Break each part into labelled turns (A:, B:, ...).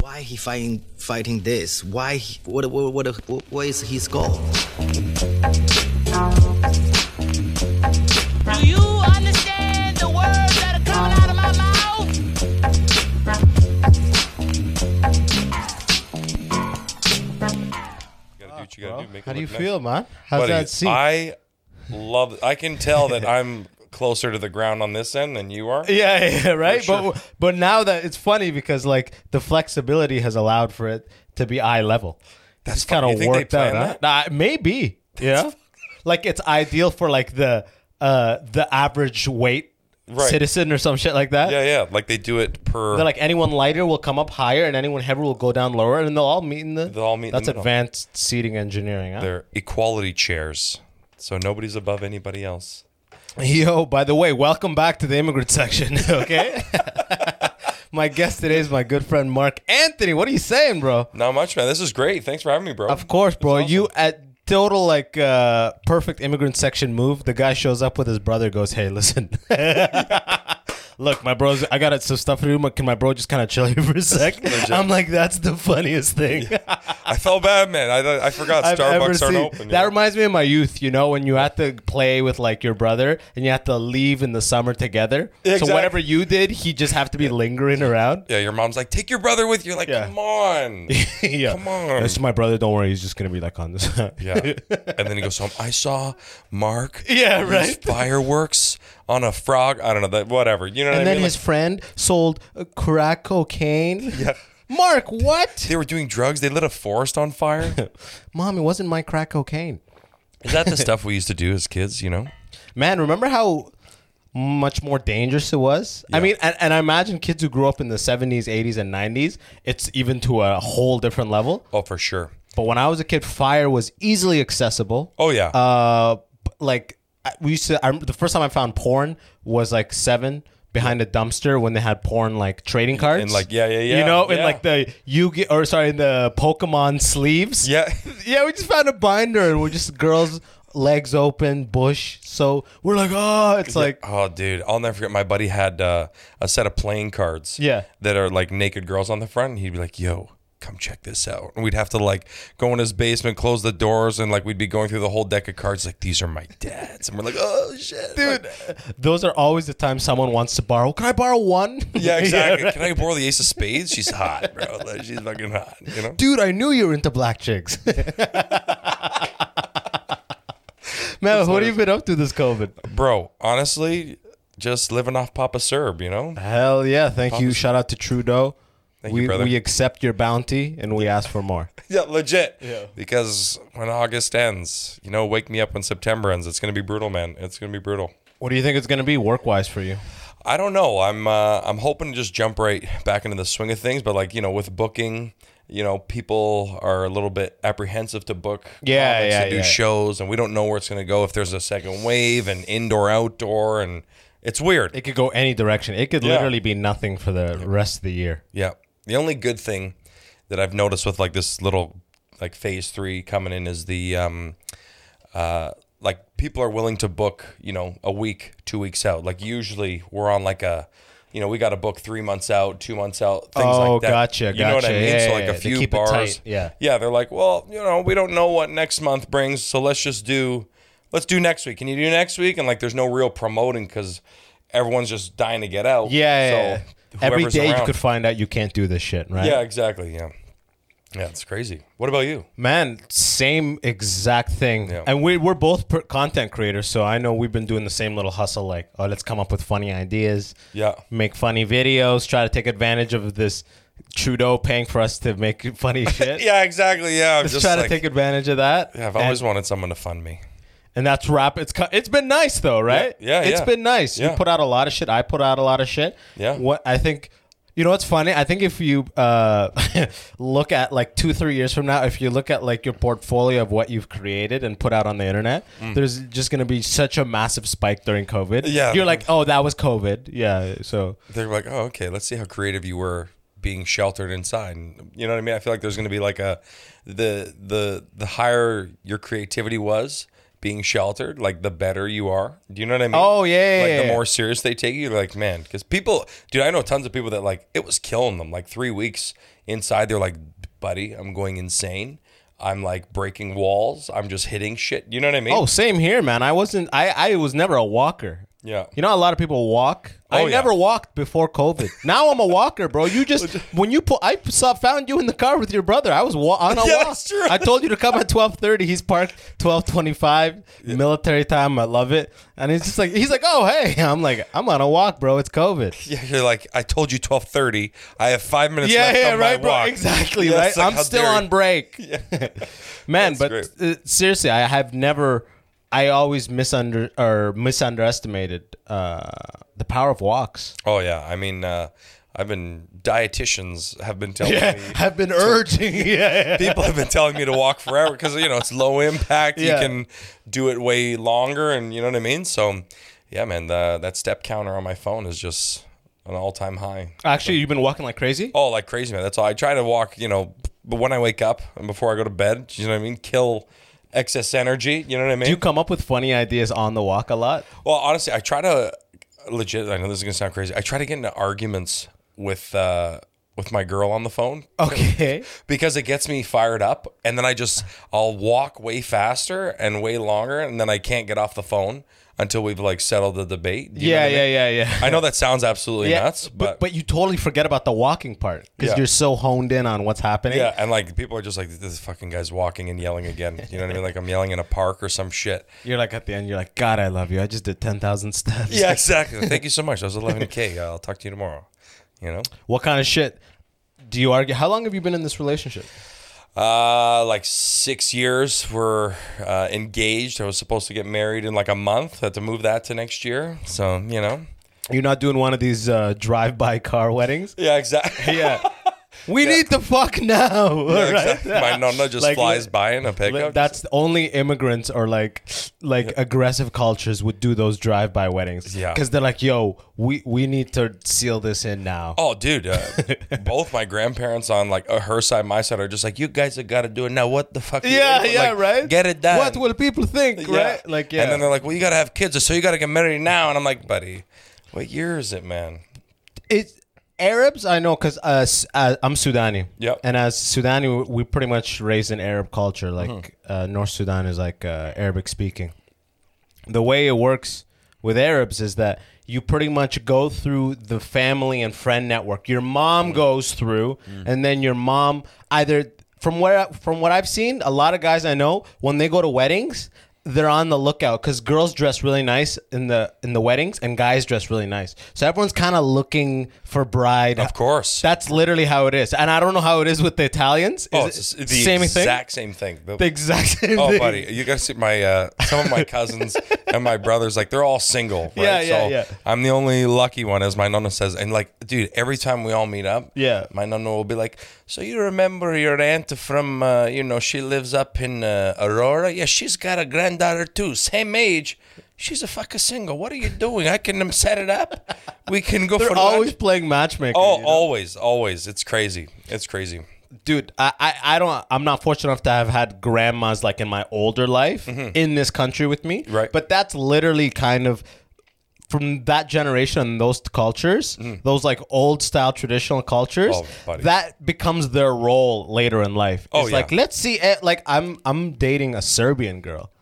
A: why he fighting fighting this? Why? He, what, what, what? What? What is his goal?
B: Do you understand the words that are coming out of my mouth?
C: You gotta do what you gotta do. Make it
D: Ah, How do you
C: look nice.
D: feel, man? How's
C: Buddy,
D: that seat?
C: I love. I can tell that I'm closer to the ground on this end than you are.
D: yeah, yeah, right.
C: sure.
D: But but now that it's funny because like the flexibility has allowed for it to be eye level. That's kind
C: fucking- you
D: of
C: think they
D: worked out.
C: planned
D: huh? Nah, maybe. yeah, like it's ideal for like the uh the average weight
C: Right.
D: citizen or some shit like that.
C: Yeah, yeah. Like they do it per.
D: They're like anyone lighter will come up higher and anyone heavier will go down lower and they'll all meet in the.
C: They'll all meet in the
D: That's
C: middle.
D: advanced seating engineering. Huh?
C: they're equality chairs, so nobody's above anybody else.
D: Yo, by the way, welcome back to the immigrant section, okay? my guest today is my good friend Mark Anthony. What are you saying, bro?
C: Not much, man. This is great. Thanks for having me, bro.
D: Of course, bro. You at total like uh perfect immigrant section move. The guy shows up with his brother goes, "Hey, listen. Look, my bros, I got some stuff to do. Can my bro just kind of chill here for a sec? I'm like, that's the funniest thing.
C: I felt bad, man. I, I forgot
D: I've
C: Starbucks
D: ever
C: aren't
D: seen.
C: open.
D: That
C: yeah.
D: reminds me of my youth, you know, when you have to play with like your brother and you have to leave in the summer together.
C: Exact-
D: So whatever you did, he just have to be lingering around.
C: yeah, your mom's like, take your brother with you. You're Like,
D: Yeah.
C: come on.
D: yeah.
C: Come on.
D: That's my brother. Don't worry. He's just going to be like on this.
C: yeah. And then he goes home. I saw Mark.
D: Yeah,
C: use
D: right.
C: Fireworks on a frog. I don't know that. Whatever. You know what
D: And
C: I
D: then
C: mean?
D: his friend sold uh, crack cocaine. Yeah. Mark, what?
C: they were doing drugs. They lit a forest on fire.
D: Mom, it wasn't my crack cocaine.
C: Is that the stuff we used to do as kids? You know,
D: Man, remember how much more dangerous it was? I mean, and, and I imagine kids who grew up in the 70s, 80s, and 90s, it's even to a whole different level.
C: oh for sure.
D: But when I was a kid, fire was easily accessible.
C: Oh yeah,
D: Uh, b- like I- we used to. I, rem- the first time I found porn was like seven behind a dumpster when they had porn like trading cards
C: And, like, yeah, yeah, yeah,
D: You know, in
C: yeah.
D: like the you get or sorry, in the Pokemon sleeves.
C: yeah.
D: yeah. We just found a binder and we're just girls. Legs open, bush. So we're like, oh, it's like
C: Oh dude, I'll never forget. My buddy had uh, a set of playing cards.
D: Yeah.
C: that are like naked girls on the front. And he'd be like, "Yo." Come check this out. And we'd have to like go in his basement, close the doors, and like we'd be going through the whole deck of cards. Like these are my dad's, and we're like, oh shit, dude.
D: those are always the times someone wants to borrow. Can I borrow one?
C: yeah, exactly.
D: right.
C: Can I borrow the ace of spades? She's hot, bro. Like, she's fucking hot. You know.
D: dude, I knew you were into black chicks. Man, what have you been up to this COVID?
C: Bro, honestly, just living off Papa Serb, you know?
D: Hell yeah, thank you. Shout out to Trudeau.
C: Thank you,
D: we,
C: brother.
D: we accept your bounty and we ask for more.
C: Yeah, legit. Yeah. Because when August ends, you know, wake me up when September ends. It's gonna be brutal, man. It's gonna be brutal.
D: What do you think it's going to be work wise for you?
C: I don't know. I'm uh, I'm hoping to just jump right back into the swing of things, but like you know, with booking, you know, people are a little bit apprehensive to book.
D: Yeah,
C: comics
D: yeah,
C: to do
D: yeah.
C: shows, and we don't know where it's gonna go. If there's a second wave and indoor outdoor, and it's weird.
D: It could go any direction. It could
C: Yeah.
D: literally be nothing for the rest of the year.
C: Yeah. The only good thing that I've noticed with like this little like phase three coming in is the um uh like people are willing to book, you know, a week, two weeks out. Like usually we're on like a you know, we got to book three months out, two months out, things
D: Oh,
C: like that.
D: gotcha,
C: You know what I
D: gotcha.
C: mean?
D: Yeah,
C: so
D: yeah,
C: like
D: yeah.
C: a
D: They
C: few
D: keep it
C: bars.
D: tight, yeah.
C: Yeah. They're like, well, you know, we don't know what next month brings, so let's just do let's do next week. Can you do next week? And like there's no real promoting because everyone's just dying to get out.
D: Yeah.
C: So
D: yeah, yeah. Every
C: whoever's
D: day you
C: around-
D: could find out you can't do this shit, right?
C: yeah, exactly. Yeah. Yeah, it's crazy. What about you?
D: Man, same exact thing.
C: Yeah.
D: And we, we're both per- content creators, so I know we've been doing the same little hustle like, oh, let's come up with funny ideas.
C: Yeah.
D: Make funny videos, try to take advantage of this Trudeau paying for us to make funny shit.
C: Yeah, exactly. Yeah, I'm
D: Let's
C: just
D: try
C: like,
D: to take advantage of that.
C: yeah, I've always
D: and,
C: wanted someone to fund me.
D: and that's wrap. It's co- it's been nice though, right?
C: Yeah, yeah,
D: It's
C: yeah.
D: been nice.
C: Yeah.
D: You put out a lot of shit. I put out a lot of shit.
C: Yeah.
D: What I think, you know, what's funny. I think if you uh, look at like two, three years from now, if you look at like your portfolio of what you've created and put out on the internet, there's just gonna be such a massive spike during COVID.
C: Mm. Yeah.
D: You're like, oh, that was COVID. Yeah. So
C: They're like, oh, okay, let's see how creative you were being sheltered inside. And you know what I mean? I feel like there's going to be like a the the the higher your creativity was, being sheltered, like the better you are. Do you know what I mean?
D: Oh, yeah, yeah,
C: Like the
D: yeah.
C: more serious they take you, like man, because people, dude, I know tons of people that like it was killing them. Like three weeks inside, they're like, buddy, I'm going insane. I'm like breaking walls. I'm just hitting shit. You know what I mean?
D: Oh, same here, man. I wasn't. I I was never a walker.
C: Yeah.
D: You know, how a lot of people walk. I
C: Oh, yeah.
D: never walked before COVID. Now I'm a walker, bro. You just when you put, I saw found you in the car with your brother. I was wa- on a
C: Yeah,
D: walk.
C: that's true.
D: I told you to come at twelve thirty. He's parked twelve twenty five. Military time. I love it. And he's just like he's like, oh hey. I'm like I'm on a walk, bro. It's COVID.
C: Yeah, you're like, I told you 12:30. I have five minutes
D: yeah,
C: left
D: yeah,
C: on my
D: right, bro.
C: walk.
D: Exactly,
C: Yeah,
D: right.
C: it's like,
D: I'm
C: how
D: still
C: dare you.
D: on break, man.
C: That's
D: but uh, seriously, I have never. I always misunder or misunderestimated uh, the power of walks.
C: Oh yeah, I mean, uh, I've been dietitians have been telling me
D: I've been urging. yeah,
C: people have been telling me to walk forever because you know it's low impact.
D: Yeah.
C: You can do it way longer, and you know what I mean. So, yeah, man, the, that step counter on my phone is just an all time high.
D: Actually, you've been walking like crazy.
C: Oh, like crazy, man. That's all. I try to walk, you know, but when I wake up and before I go to bed, you know what I mean. Kill excess energy. You know what I mean.
D: Do you come up with funny ideas on the walk a lot?
C: Well, honestly, I try to legit. I know this is gonna sound crazy. I try to get into arguments with uh, with my girl on the phone
D: Okay.
C: because it gets me fired up, and then I just I'll walk way faster and way longer, and then I can't get off the phone until we've like settled the debate. Do you know
D: yeah,
C: what I
D: yeah,
C: mean?
D: yeah, yeah,
C: I know that sounds absolutely
D: Yeah,
C: nuts, but,
D: but you totally forget about the walking part because
C: Yeah.
D: you're so honed in on what's happening.
C: yeah, and like people are just like this fucking guy's walking and yelling again. You know what I mean? Like I'm yelling in a park or some shit.
D: You're like at the end, you're like, God, I love you. I just did ten thousand steps.
C: Yeah, exactly. Thank you so much. That was 11k. I'll talk to you tomorrow. You know.
D: What kind of shit do you argue? How long have you been in this relationship?
C: Uh, like six years. We're uh, engaged. I was supposed to get married in like a month. Had to move that to next year. So you know.
D: You're not doing one of these uh, drive-by car weddings.
C: Yeah, exactly.
D: Yeah, we need to fuck now. right?
C: My nonna just
D: Like,
C: flies
D: li-
C: by in a pickup.
D: That's only immigrants or like like aggressive cultures would do those drive-by weddings.
C: Yeah.
D: because they're like, yo, we we need to seal this in now.
C: Oh, dude! Uh, both my grandparents on like uh, her side, my side are just like, "You guys have got to do it now." What the fuck? are you
D: Yeah,
C: waiting for?"
D: yeah,
C: Like,
D: right.
C: Get it done.
D: What will people think, right? Like, yeah.
C: And then they're like, "Well, you got to have kids, so you got to get married now." And I'm like, "Buddy, what year is it, man?"
D: it's Arabs I know because uh, S- uh, I'm Sudani.
C: Yep.
D: And as Sudani, we- we pretty much raised in Arab culture. Like uh, North Sudan is like uh, Arabic speaking. The way it works with Arabs is that you pretty much go through the family and friend network. Your
C: Mm.
D: mom goes through, and then your mom either from where from what I've seen, a lot of guys I know when they go to weddings. They're on the lookout because girls dress really nice in the in the weddings, and guys dress really nice. So everyone's kind of looking for bride.
C: Of course.
D: that's literally how it is, and I don't know how it is with the Italians. Is
C: oh,
D: it
C: it's the
D: same thing.
C: exact same thing. The-
D: The exact same
C: Oh,
D: thing.
C: buddy, you gotta see my uh, some of my cousins and my brothers. Like they're all single, right?
D: Yeah, yeah,
C: so
D: yeah.
C: I'm the only lucky one, as my nonna says. And like, dude, every time we all meet up,
D: Yeah.
C: my nonna will be like, "So you remember your aunt from? Uh, you know, she lives up in uh, Aurora. Yeah, she's got a granddaughter too, same age." She's a fucking single. What are you doing? I can um, set it up. We can go
D: They're
C: for
D: always
C: lunch.
D: playing matchmaker.
C: Oh,
D: you know?
C: always, always. It's crazy. It's crazy.
D: dude I, I i don't i'm not fortunate enough to have had grandmas like in my older life in this country with me
C: Mm-hmm. Right.
D: but that's literally kind of from that generation and those cultures those like old style traditional cultures
C: Mm-hmm. Oh, buddy.
D: that becomes their role later in life
C: Oh,
D: it's
C: yeah.
D: like let's see it like i'm i'm dating a serbian girl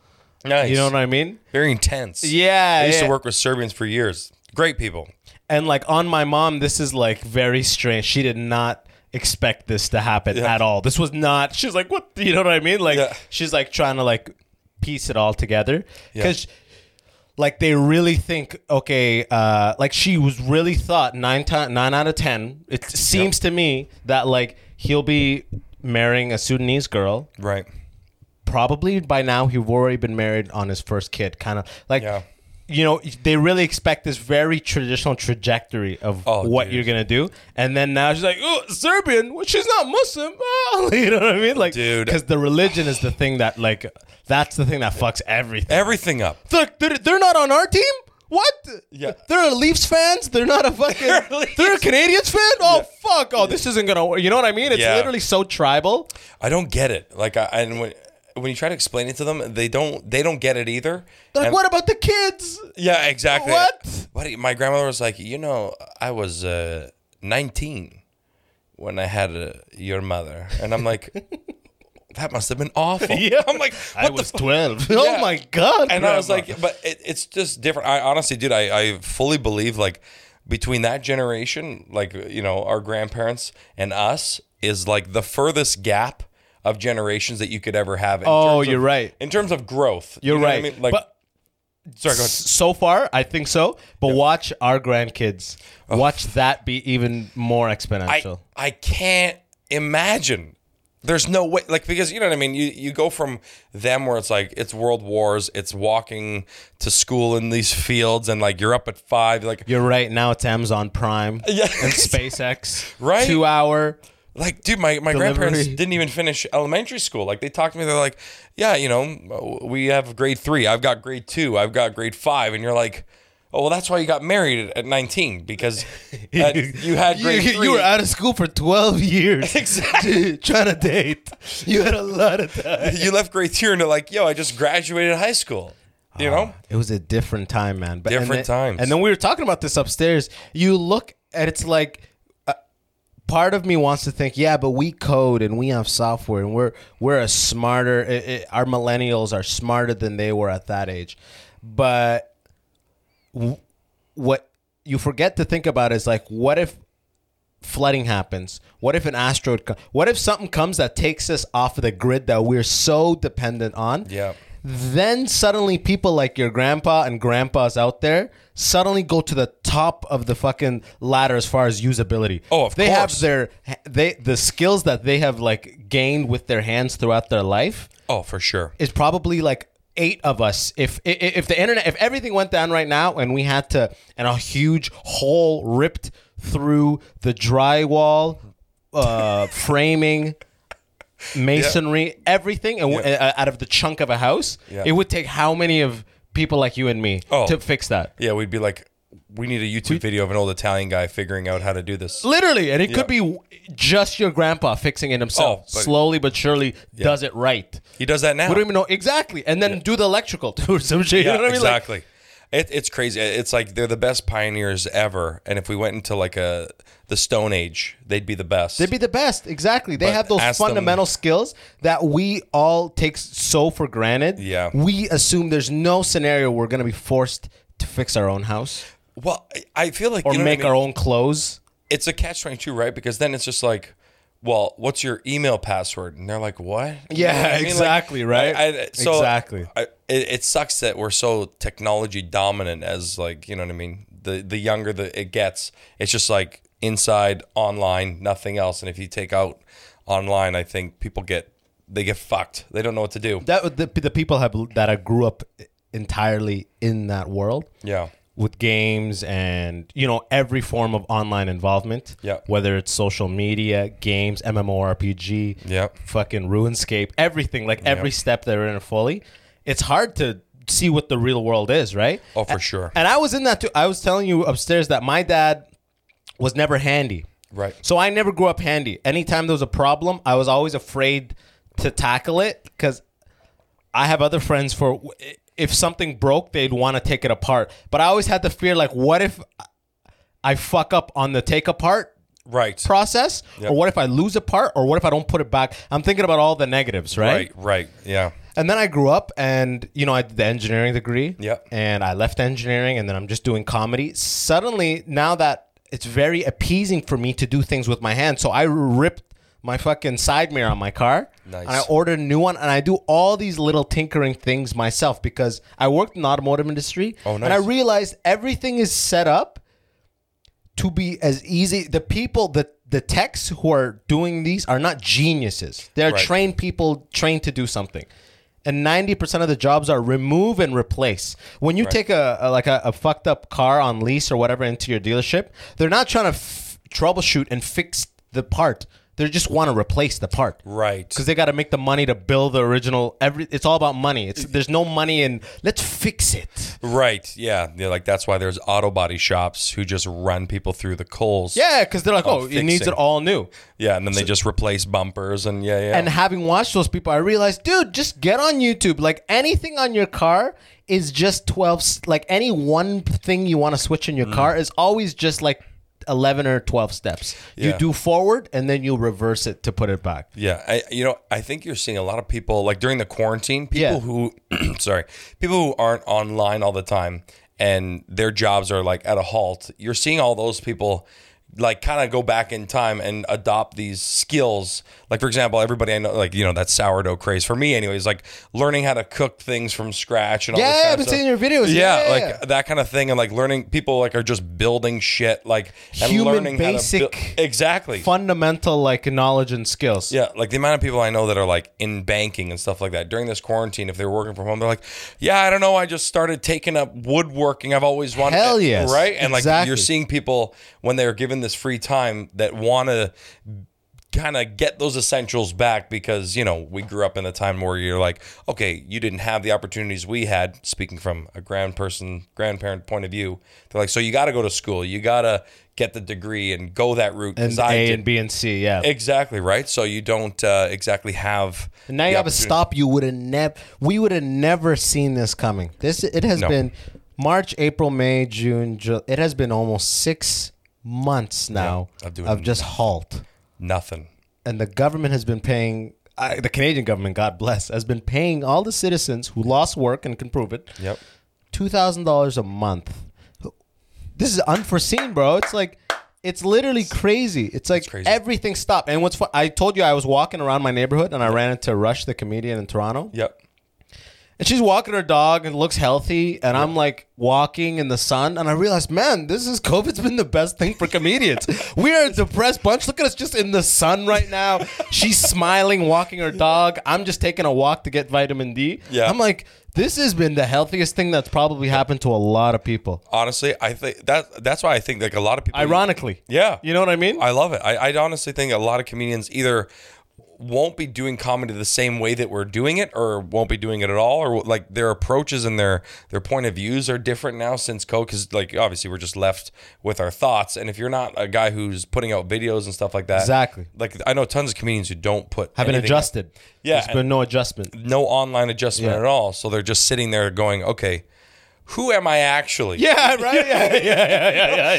C: Nice.
D: you know what i mean
C: Very intense.
D: yeah
C: I used
D: yeah.
C: to work with Serbians for years. Great people.
D: and like on my mom this is like very strange she did not expect this to happen at all this was not she's like what you know what i mean like
C: Yeah.
D: she's like trying to like piece it all together
C: Yeah.
D: because like they really think okay uh like she was really thought nine ti nine out of ten it seems to me that like he'll be marrying a sudanese girl
C: Right.
D: probably by now he've already been married on his first kid kind of like
C: Yeah.
D: you know they really expect this very traditional trajectory of
C: Oh,
D: what
C: dude.
D: you're gonna do and then now she's like oh serbian well, she's not muslim Ah," you know what i mean like
C: Dude.
D: because the religion is the thing that like that's the thing that fucks everything
C: Everything up.
D: Look, they're, they're not on our team what?
C: Yeah.
D: They're Leafs fans. They're not a fucking.
C: Leafs.
D: they're a Canadians fan. Oh fuck! Oh, this isn't gonna. work. You know what I mean? It's
C: Yeah.
D: literally so tribal.
C: I don't get it. Like I and when when you try to explain it to them, they don't they don't get it either.
D: Like,
C: And-
D: what about the kids?
C: Yeah, exactly.
D: What?
C: What? do you- My grandmother was like, you know, I was uh, 19 when I had uh, your mother, and I'm like, that must have been awful.
D: Yeah.
C: I'm like,
D: I
C: what the
D: was 12. Oh
C: Yeah.
D: my God.
C: and I was
D: grandma.
C: like, but it, it's just different. I honestly, dude, I, I fully believe like between that generation, like you know, our grandparents and us is like the furthest gap of generations that you could ever have. In
D: Oh,
C: terms of-
D: you're right.
C: In terms of growth, You
D: You're
C: know what
D: right.
C: I mean, like,
D: but
C: sorry, go
D: s-
C: ahead.
D: so far, I think so. But watch our grandkids. Watch that be even more
C: I,
D: exponential.
C: I can't imagine. There's no way, like, because you know what I mean. You you go from them where it's like it's world wars, it's walking to school in these fields, and like you're up at five, like
D: You're right. Now it's Amazon Prime
C: Yeah.
D: and SpaceX.
C: Right?
D: Two hour.
C: Like, dude, my, my grandparents
D: Delivery.
C: didn't even finish elementary school. Like, they talked to me. They're like, yeah, you know, we have grade three. I've got grade two. I've got grade five. And you're like, oh, well, that's why you got married at 19 because at- you had grade
D: you,
C: three.
D: you were out of school for 12 years.
C: Exactly.
D: Trying to date. You had a lot of time.
C: you left grade two and they're like, yo, I just graduated high school. You know?
D: It was a different time, man. But,
C: Different
D: and then-
C: times.
D: And then we were talking about this upstairs. You look and it's like uh, part of me wants to think, yeah, but we code and we have software and we're we're a smarter. i i our millennials are smarter than they were at that age, but w- what you forget to think about is like, what if flooding happens? What if an asteroid? Co- what if something comes that takes us off of the grid that we're so dependent on?
C: Yeah.
D: Then suddenly, people like your grandpa and grandpas out there suddenly go to the top of the fucking ladder as far as usability.
C: Oh, of
D: they
C: course.
D: have their they the skills that they have like gained with their hands throughout their life
C: Oh, for sure.
D: is probably like eight of us if i- i- if the internet if everything went down right now and we had to and a huge hole ripped through the drywall uh framing masonry everything and w- uh, out of the chunk of a house
C: Yeah.
D: it would take how many of people like you and me
C: Oh.
D: to fix that
C: Yeah, we'd be like, we need a YouTube video of an old Italian guy figuring out how to do this.
D: literally and it could be w- just your grandpa fixing it himself
C: Oh, but-
D: slowly but surely does it right
C: He does that now.
D: we don't even know exactly and then do the electrical or some shit you know what I mean? Like,
C: exactly. it, it's crazy. It's like they're the best pioneers ever. And if we went into like a the Stone Age, they'd be the best.
D: They'd be the best. Exactly. They
C: But
D: have those
C: ask them-
D: fundamental skills that we all take so for granted.
C: Yeah.
D: We assume there's no scenario we're going to be forced to fix our own house
C: well, I- I feel like
D: or
C: you know what I
D: make
C: mean?
D: our own clothes.
C: It's a catch twenty two, right? Because then it's just like, well, what's your email password? And they're like, what? You
D: Yeah,
C: know what I mean? Like,
D: exactly, right?
C: I, I- so
D: Exactly.
C: I, it, it sucks that we're so technology dominant. As like, you know what I mean? The the younger the it gets, it's just like inside online, nothing else. And if you take out online, I think people get they get fucked. They don't know what to do.
D: That would- the, the people have that I grew up entirely in that world.
C: Yeah.
D: With games and you know every form of online involvement,
C: Yeah.
D: Whether it's social media, games, MMORPG,
C: Yeah.
D: fucking RuneScape, everything, like every step they're in it fully. It's hard to see what the real world is, right?
C: Oh, for sure.
D: And I was in that too. I was telling you upstairs that my dad was never handy.
C: Right.
D: So I never grew up handy. Anytime there was a problem, I was always afraid to tackle it because I have other friends for if something broke, they'd want to take it apart. But I always had the fear like, what if I fuck up on the take apart
C: Right.
D: process?
C: Yep.
D: Or what if I lose a part? Or what if I don't put it back? I'm thinking about all the negatives,
C: right. Right. Yeah.
D: and then I grew up and, you know, I did the engineering degree.
C: Yep.
D: And I left engineering and then I'm just doing comedy. Suddenly, now that it's very appeasing for me to do things with my hands. So I ripped my fucking side mirror on my car.
C: Nice.
D: And I ordered a new one and I do all these little tinkering things myself because I worked in the automotive industry.
C: Oh,
D: And I
C: nice.
D: realized everything is set up to be as easy. The people, the the techs who are doing these are not geniuses. They're
C: Right.
D: trained people trained to do something. And ninety percent of the jobs are remove and replace. When you take a, a- like a, a fucked up car on lease or whatever into your dealership, they're not trying to f- troubleshoot and fix the part. They just want to replace the part,
C: Right.
D: Because they got to make the money to build the original. Every it's all about money. It's there's no money in let's fix it.
C: Right. Yeah. Yeah. Like that's why there's auto body shops who just run people through the coals.
D: Yeah, because they're like,
C: Of
D: oh, it needs
C: fixing.
D: it all new.
C: Yeah. And then they just replace bumpers and yeah, yeah.
D: And having watched those people, I realized, dude, just get on YouTube. Like anything on your car is just 12, s- like any one thing you want to switch in
C: Mm.
D: your car is always just like 11 or 12 steps.
C: Yeah.
D: You do forward and then you reverse it to put it back.
C: yeah. I, you know, I think you're seeing a lot of people like during the quarantine, people
D: Yeah.
C: who, sorry, people who aren't online all the time and their jobs are like at a halt. You're seeing all those people like kind of go back in time and adopt these skills. Like for example, everybody I know, like, you know, that sourdough craze for me anyways, like learning how to cook things from scratch and all this
D: Yeah,
C: kind
D: I've
C: of
D: been
C: stuff.
D: seeing your videos.
C: yeah,
D: Yeah.
C: like that kind of thing, and like learning people like are just building shit, like and
D: Human
C: learning how to
D: basic
C: buil- exactly.
D: Fundamental like knowledge and skills.
C: Yeah, like the amount of people I know that are like in banking and stuff like that during this quarantine, if they're working from home, they're like, "Yeah, I don't know, I just started taking up woodworking. I've always wanted,
D: Hell yes,
C: right." And like
D: exactly.
C: you're seeing people when they're given this free time that want to kind of get those essentials back because you know we grew up in a time where you're like okay you didn't have the opportunities we had speaking from a grand person grandparent point of view they're like so you got to go to school you got to get the degree and go that route
D: And
C: as I
D: A
C: did.
D: and B and C. Yeah.
C: Exactly right. So you don't uh, exactly have.
D: And now
C: the
D: you have a
C: opportunity-
D: stop you would have never we would have never seen this coming. This it has
C: No.
D: been March, April, May, June, July. It has been almost 6 months now
C: of doing
D: of just halt.
C: Nothing.
D: And the government has been paying I the Canadian government, God bless, has been paying all the citizens who lost work and can prove it
C: Yep.
D: $2,000 a month. This is unforeseen, bro. It's like it's literally crazy. It's like
C: crazy.
D: everything stopped. And what's fun, I told you I was walking around my neighborhood and I ran into Rush the comedian in Toronto.
C: Yep.
D: And she's walking her dog and looks healthy. And I'm like walking in the sun. And I realized, man, this is COVID's been the best thing for comedians. we are a depressed bunch. Look at us just in the sun right now. She's smiling, walking her dog. I'm just taking a walk to get vitamin D.
C: Yeah.
D: I'm like, this has been the healthiest thing that's probably happened to a lot of people.
C: Honestly, I think that that's why I think like a lot of people.
D: Ironically.
C: Yeah.
D: You know what I mean?
C: I love it. I, I honestly think a lot of comedians either won't be doing comedy the same way that we're doing it, or won't be doing it at all, or like their approaches and their their point of views are different now since COVID. Because like obviously we're just left with our thoughts, and if you're not a guy who's putting out videos and stuff like that,
D: Exactly.
C: Like I know tons of comedians who don't put
D: Haven't
C: anything up.
D: adjusted.
C: Yeah,
D: There's been no adjustment.
C: no online adjustment
D: Yeah.
C: at all. So they're just sitting there going, okay, who am I actually?
D: Yeah, right? Yeah, yeah, yeah, yeah,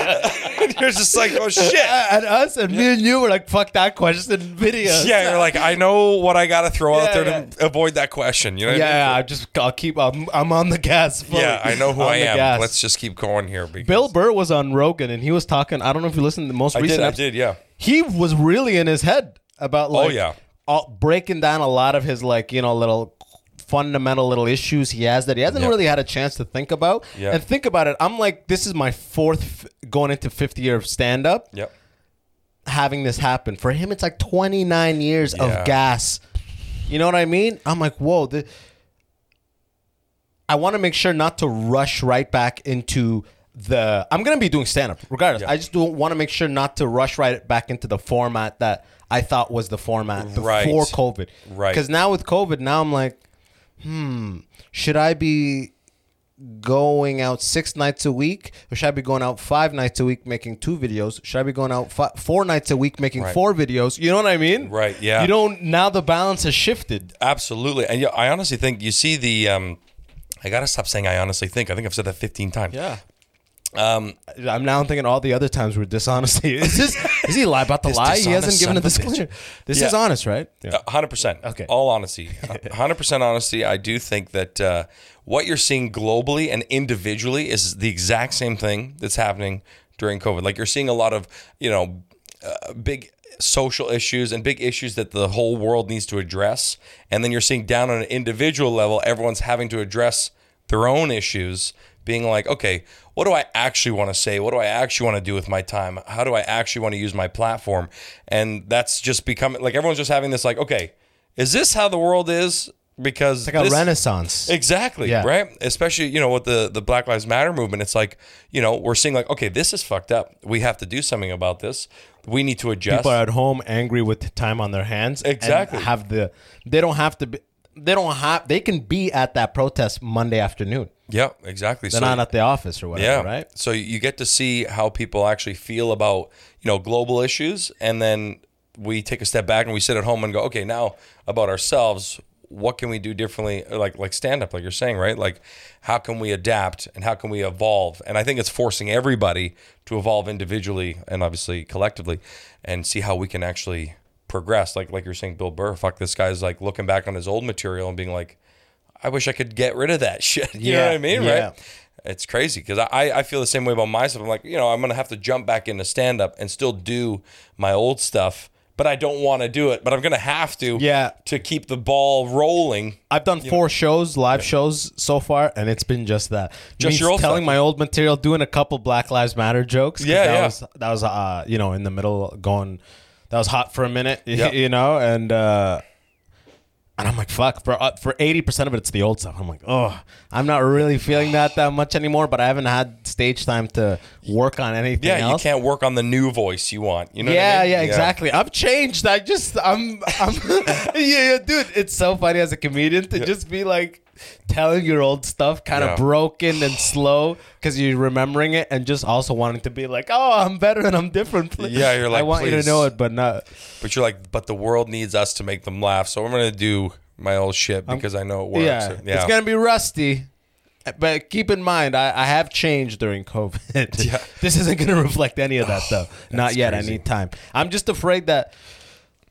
D: yeah.
C: You're just like, oh shit.
D: And us and me and you were like, fuck that question video.
C: Yeah, you're like, I know what I got to throw out
D: Yeah,
C: there
D: yeah.
C: to avoid that question. You know what I mean?
D: Yeah, I just I'll keep I'm, I'm on the gas. fully.
C: Yeah, I know who
D: On
C: I
D: the
C: am.
D: gas.
C: Let's just keep going here. Because
D: Bill Burr was on Rogan and he was talking. I don't know if you listened to the most
C: I
D: recent.
C: did, I
D: episode.
C: did, yeah.
D: He was really in his head about like
C: yeah.
D: all, breaking down a lot of his like you know little fundamental little issues he has that he hasn't
C: Yeah.
D: really had a chance to think about.
C: Yeah.
D: And think about it. I'm like this is my fourth f- going into fifth year of stand up
C: Yep.
D: having this happen. For him, it's like 29 years
C: Yeah.
D: of gas. You know what I mean? I'm like, whoa. The, I want to make sure not to rush right back into the. I'm going to be doing stand up regardless. I just don't want to make sure not to rush right back into the format that I thought was the format before
C: Right.
D: COVID.
C: Right.
D: Because now with COVID, now I'm like, hmm, should I be going out six nights a week or should i be going out five nights a week making two videos should i be going out fi- four nights a week making
C: Right.
D: four videos you know what i mean
C: Right, yeah.
D: you don't now the balance has shifted
C: Absolutely. And yeah, I honestly think you see the. Um, I gotta stop saying I honestly think. I think I've said that 15 times.
D: um i'm now thinking all the other times were dishonesty is this is he lie about the
C: This
D: lie he
C: dishonest
D: hasn't given
C: son
D: a
C: of a bitch.
D: disclaimer this
C: Yeah.
D: is honest right yeah.
C: hundred percent.
D: Okay.
C: All honesty, hundred percent honesty. I do think that uh, what you're seeing globally and individually is the exact same thing that's happening during COVID. Like you're seeing a lot of you know uh, big social issues and big issues that the whole world needs to address, and then you're seeing down on an individual level, everyone's having to address their own issues being like okay what do i actually want to say what do i actually want to do with my time how do i actually want to use my platform and that's just becoming like everyone's just having this like okay is this how the world is because
D: Like a
C: this-
D: renaissance.
C: Exactly.
D: Yeah.
C: Right. Especially, you know, with the, the Black Lives Matter movement, it's like, you know, we're seeing like, okay, this is fucked up. We have to do something about this. We need to adjust.
D: People are at home angry with time on their hands. and
C: Exactly.
D: have the they don't have to be they don't have they can be at that protest Monday afternoon.
C: yeah, exactly.
D: They're
C: So-
D: not at the office or whatever,
C: yeah.
D: right?
C: So you get to see how people actually feel about, you know, global issues. And then we take a step back and we sit at home and go, okay, now about ourselves, what can we do differently? Like, like stand up, like you're saying, right? Like, how can we adapt and how can we evolve? And I think it's forcing everybody to evolve individually and obviously collectively and see how we can actually progress. Like, like you're saying, Bill Burr, fuck, this guy's like looking back on his old material and being like, I wish I could get rid of that shit. You know
D: Yeah,
C: what I mean?
D: yeah.
C: Right. It's crazy because I, I feel the same way about myself. I'm like, you know, I'm going to have to jump back into stand up and still do my old stuff, but I don't want to do it, but I'm going to have to
D: Yeah.
C: to keep the ball rolling.
D: I've done four shows, live shows so far, and it's been just that.
C: Just
D: Means
C: your old
D: telling
C: stuff.
D: my old material, doing a couple Black Lives Matter jokes. 'cause
C: Yeah,
D: that
C: yeah.
D: was that was uh, you know in the middle going. That was hot for a minute,
C: Yeah.
D: you know, and uh, and I'm like, fuck. For uh, for eighty percent of it, it's the old stuff. I'm like, oh, I'm not really feeling that that much anymore. But I haven't had stage time to work on anything.
C: Yeah,
D: else.
C: you can't work on the new voice you want. You know? what I
D: Yeah,
C: mean?
D: yeah, exactly. I've changed. I just, I'm, I'm, yeah, yeah, dude. It's so funny as a comedian to just be like telling your old stuff, kind of
C: Yeah.
D: broken and slow, because you're remembering it, and just also wanting to be like, oh, I'm better and I'm different. Pl-
C: Yeah, you're
D: I
C: like,
D: want you to
C: please.
D: know it, but not.
C: But you're like, but the world needs us to make them laugh, so I'm going to do my old shit because i know it works.
D: Um, yeah, it's gonna be rusty. But keep in mind, I, I have changed during COVID.
C: Yeah.
D: this isn't gonna reflect any of that, though. Not yet. I
C: Oh, crazy.
D: need time. I'm just afraid that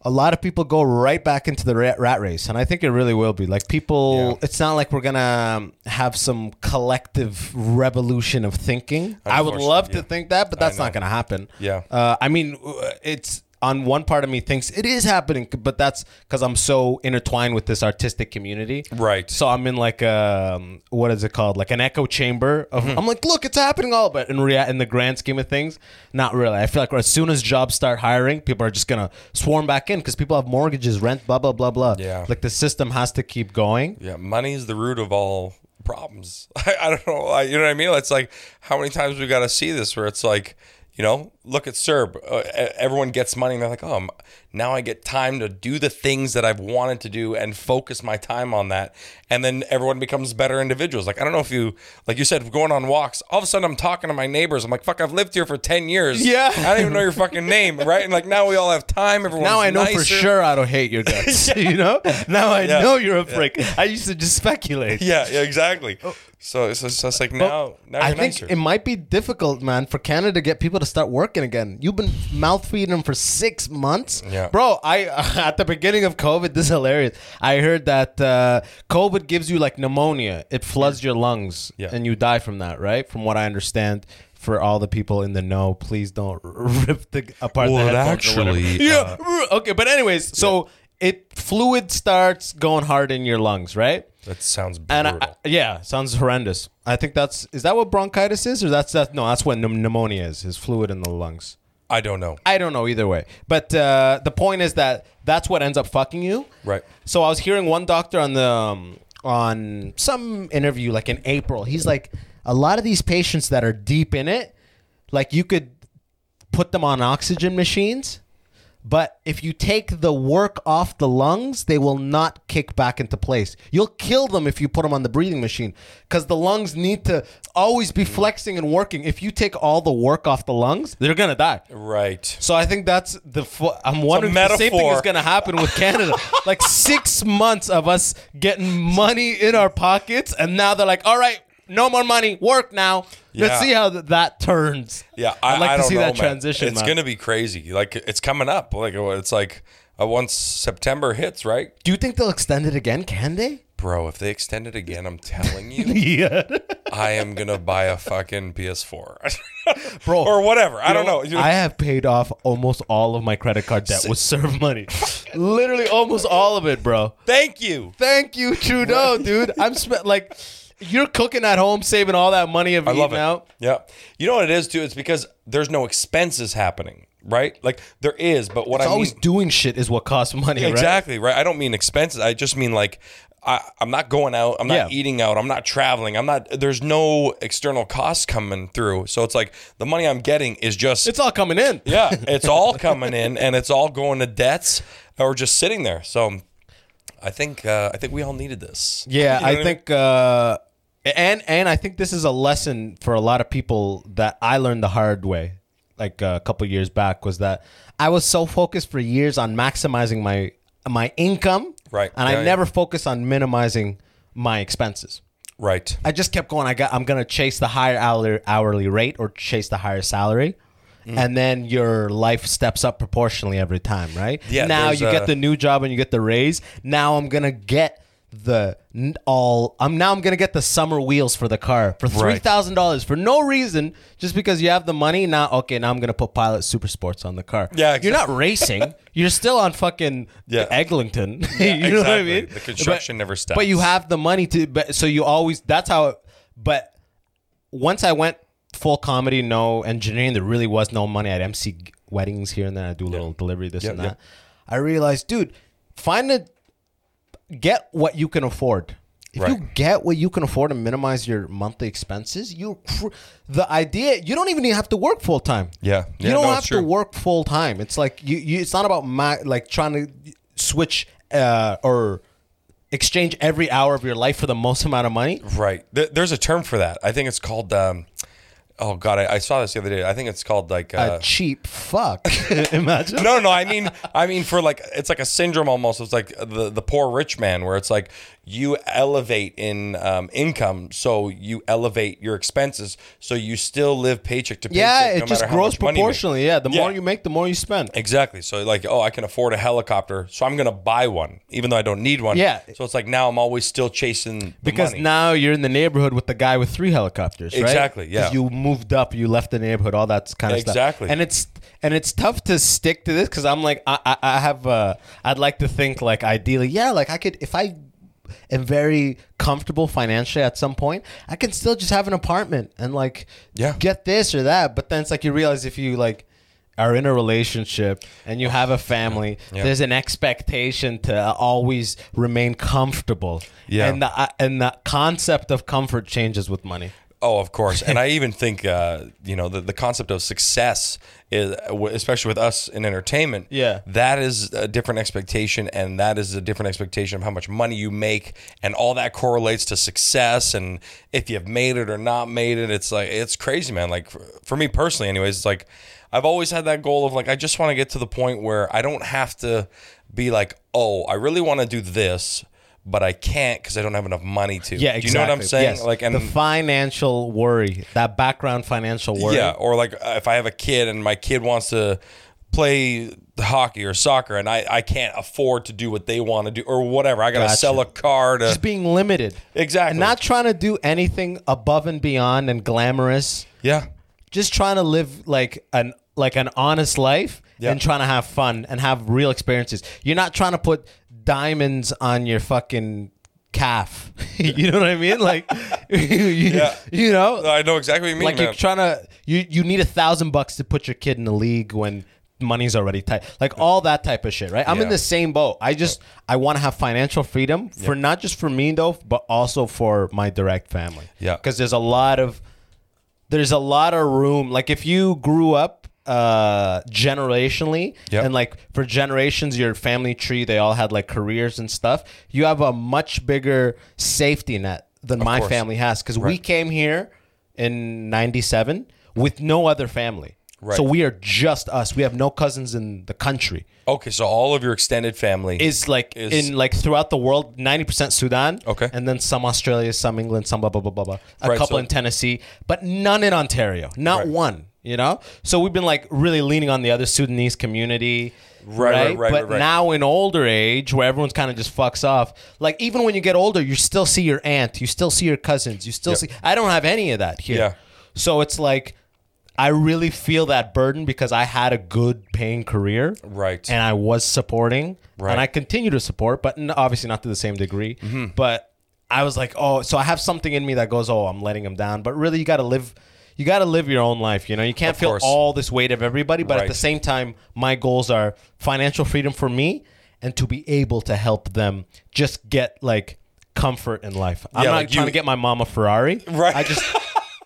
D: a lot of people go right back into the rat, rat race, and I think it really will be. Like people,
C: Yeah.
D: it's not like we're gonna um, have some collective revolution of thinking. I would
C: Unfortunately,
D: love to
C: yeah.
D: think that, but that's not gonna happen.
C: Yeah.
D: Uh, I mean, uh, it's on one part of me thinks it is happening, but that's because I'm so intertwined with this artistic community.
C: Right.
D: So I'm in like um, what is it called? Like an echo chamber of.
C: Mm-hmm.
D: I'm like, look, it's happening all, but in rea- in the grand scheme of things, not really. I feel like as soon as jobs start hiring, people are just gonna swarm back in because people have mortgages, rent, blah blah blah blah.
C: Yeah.
D: Like the system has to keep going.
C: Yeah, money's the root of all problems. I, I don't know. I, you know what I mean? It's like how many times we got to see this where it's like, you know, look at Serb. Uh, e- everyone gets money, and they're like, "Oh, m- now I get time to do the things that I've wanted to do and focus my time on that." And then everyone becomes better individuals. Like I don't know if you, like you said, going on walks. All of a sudden, I'm talking to my neighbors. I'm like, "Fuck, I've lived here for ten years.
D: Yeah.
C: I don't even know your fucking name, right?" And like now we all have time. Everyone
D: Now I know for sure I don't hate your guts. You know. Now I
C: Yeah.
D: know you're a prick. I used to just speculate.
C: Yeah, yeah, exactly. So, so, so it's like now, now
D: Oh. I
C: you're
D: think
C: nicer.
D: it might be difficult, man, for Canada to get people to start working again. You've been mouth feeding them for six months,
C: Yeah.
D: bro. I at the beginning of COVID, this is hilarious. I heard that uh, COVID gives you like pneumonia; it floods your lungs,
C: Yeah.
D: and you die from that, right? From what I understand. For all the people in the know, please don't rip the, apart
C: Well,
D: the
C: it
D: headphones or whatever.
C: actually, uh,
D: yeah, okay. But anyways, so it fluid starts going hard in your lungs, right?
C: That sounds brutal.
D: And I, I- yeah, sounds horrendous. I think that's is that what bronchitis is, or that's that? No, that's what pneum- pneumonia is. Is fluid in the lungs.
C: I don't know.
D: I don't know either way. But uh, the point is that that's what ends up fucking you.
C: Right.
D: So I was hearing one doctor on the um, on some interview like in April. He's like, a lot of these patients that are deep in it, like you could put them on oxygen machines. But if you take the work off the lungs, they will not kick back into place. You'll kill them if you put them on the breathing machine because the lungs need to always be flexing and working. If you take all the work off the lungs, they're going to die.
C: Right.
D: So I think that's the. Fu- I'm wondering if the same thing
C: metaphor.
D: is going to happen with Canada. like six months of us getting money in our pockets, and now they're like, "All right, no more money, work now." Let's
C: Yeah.
D: see how th- that turns.
C: Yeah, I,
D: I, would like
C: I
D: to
C: don't
D: see
C: know,
D: that
C: man.
D: transition.
C: It's
D: man.
C: gonna be crazy. Like it's coming up. Like it's like uh, once September hits, right,
D: Do you think they'll extend it again? Can they?
C: bro? If they extend it again, I'm telling you,
D: Yeah,
C: I am gonna buy a fucking PS4
D: bro.
C: or whatever. I don't know. You know-
D: I have paid off almost all of my credit card debt with Serve Money. Literally, almost all of it, bro.
C: Thank you.
D: Thank you, Trudeau, dude. I'm spe- like, you're cooking at home, saving all that money of
C: I love
D: eating
C: it.
D: out.
C: Yeah. You know what it is too? It's because there's no expenses happening. right? Like there is, but what
D: It's
C: I
D: always
C: mean,
D: doing shit is what costs money, right?
C: exactly right. I don't mean expenses. I just mean like I, I'm not going out. I'm not
D: Yeah.
C: eating out. I'm not traveling. I'm not. There's no external costs coming through. So it's like the money I'm getting is just
D: It's all coming in.
C: yeah, it's all coming in and it's all going to debts or just sitting there. So I think uh, I think we all needed this.
D: Yeah,
C: You know what
D: I think, uh, and and I think this is a lesson for a lot of people that I learned the hard way, like uh, a couple years back, was that I was so focused for years on maximizing my my income,
C: Right.
D: and
C: Yeah,
D: I
C: yeah.
D: never focused on minimizing my expenses.
C: Right.
D: I just kept going. I got. I'm gonna chase the higher hourly hourly rate or chase the higher salary,
C: Mm.
D: and then your life steps up proportionally every time, right?
C: Yeah,
D: Now
C: there's
D: you
C: a-
D: get the new job and you get the raise. Now I'm gonna get the n- all. I'm now I'm gonna get the summer wheels for the car for three thousand dollars for no reason, just because you have the money. Now okay, now I'm gonna put Pilot Super Sports on the car.
C: Yeah,
D: you're not racing. you're still on fucking
C: Yeah.
D: Eglinton. you know what I
C: exactly.
D: mean?
C: The construction
D: But-
C: never
D: But you
C: stops.
D: have have the money to but so you always that's how but once i went full comedy no engineering there really was no money i'd mc weddings here and then i do a little delivery this and
C: yeah.
D: that i realized dude find a get what you can afford if you
C: Right.
D: get what you can afford and minimize your monthly expenses you cr- the idea you don't even have to work full time
C: Yeah.
D: you
C: Yeah,
D: don't
C: no,
D: have
C: it's
D: to
C: true.
D: work full time. It's like you, you it's not about my like trying to switch uh, or exchange every hour of your life for the most amount of money.
C: Right. There, there's a term for that. I think it's called. Um, oh God, I, I saw this the other day. I think it's called like.
D: A
C: Uh,
D: cheap fuck. Imagine.
C: no, no, no. I mean, I mean for like it's like a syndrome almost. It's like the the poor rich man, where it's like you elevate in um, income, so you elevate your expenses, so you still live paycheck to paycheck.
D: Yeah, it
C: no
D: just
C: matter how
D: grows
C: much money you make.
D: proportionally. Yeah, the
C: Yeah.
D: more you make, the more you spend.
C: Exactly. So like, oh, I can afford a helicopter, so I'm gonna buy one, even though I don't need one.
D: Yeah.
C: So it's like now I'm always still chasing the
D: Because
C: money.
D: now you're in the neighborhood with the guy with three helicopters, right?
C: Exactly, yeah.
D: 'Cause You moved up, you left the neighborhood, all that kind of stuff.
C: Exactly.
D: And it's and it's tough to stick to this because I'm like I, I I have uh I'd like to think like ideally yeah like I could if I am very comfortable financially at some point I can still just have an apartment and like
C: Yeah.
D: get this or that but then it's like you realize if you like are in a relationship and you have a family there's an expectation to always remain comfortable
C: Yeah.
D: and the uh, and the concept of comfort changes with money.
C: Oh, of course. And I even think, uh, you know, the, the concept of success is, especially with us in entertainment,
D: Yeah.
C: that is a different expectation, and that is a different expectation of how much money you make, and all that correlates to success, and if you've made it or not made it. It's like it's crazy, man. Like for, for me personally, anyways, it's like I've always had that goal of like I just want to get to the point where I don't have to be like, oh, I really want to do this. But I can't because I don't have enough money to.
D: Yeah,
C: Do you know what I'm saying? Like, and
D: the financial worry, that background financial worry.
C: yeah, or like uh, if I have a kid and my kid wants to play hockey or soccer and I, I can't afford to do what they want to do or whatever. I got to
D: Gotcha.
C: sell a car to
D: Just being limited.
C: Exactly.
D: And not trying to do anything above and beyond and glamorous.
C: Yeah.
D: Just trying to live like an like an honest life
C: Yeah.
D: and trying to have fun and have real experiences. You're not trying to put diamonds on your fucking calf. you know what I mean? Like you,
C: Yeah.
D: you know?
C: I know exactly what you mean.
D: like you're
C: man.
D: trying to you you need a thousand bucks to put your kid in the league when money's already tight like all that type of shit right i'm in
C: Yeah.
D: the same boat i just i want to have financial freedom for not just for me though but also for my direct family
C: Yeah.
D: because there's a lot of there's a lot of room like if you grew up uh generationally
C: Yep.
D: and like for generations your family tree they all had like careers and stuff you have a much bigger safety net than my
C: course.
D: family has because we came here in 97 with no other family
C: Right.
D: so we are just us we have no cousins in the country
C: okay, so all of your extended family
D: is like
C: Is-
D: in like throughout the world 90% sudan
C: Okay.
D: and then some australia some england some blah blah blah blah blah a
C: Right,
D: couple
C: so-
D: in tennessee but none in ontario not
C: Right.
D: one you know so we've been like really leaning on the other sudanese community
C: Right, right, right,
D: but
C: right, right.
D: now in older age where everyone's kind of just fucks off like even when you get older you still see your aunt you still see your cousins you still see i don't have any of that here
C: Yeah.
D: so it's like I really feel that burden because I had a good paying career.
C: Right.
D: And I was supporting.
C: Right. Mm-hmm.
D: And I continue to support, but n- obviously not to the same degree. But I was like, oh, so I have something in me that goes, oh, I'm letting him down. But really, you got to live. you got to live your own life. You know, you can't
C: Of
D: feel
C: course.
D: all this weight of everybody, but at
C: Right.
D: the same time, my goals are financial freedom for me and to be able to help them just get like comfort in life. I'm
C: Yeah,
D: not
C: like
D: trying
C: you-
D: to get my mom a Ferrari.
C: Right.
D: I just.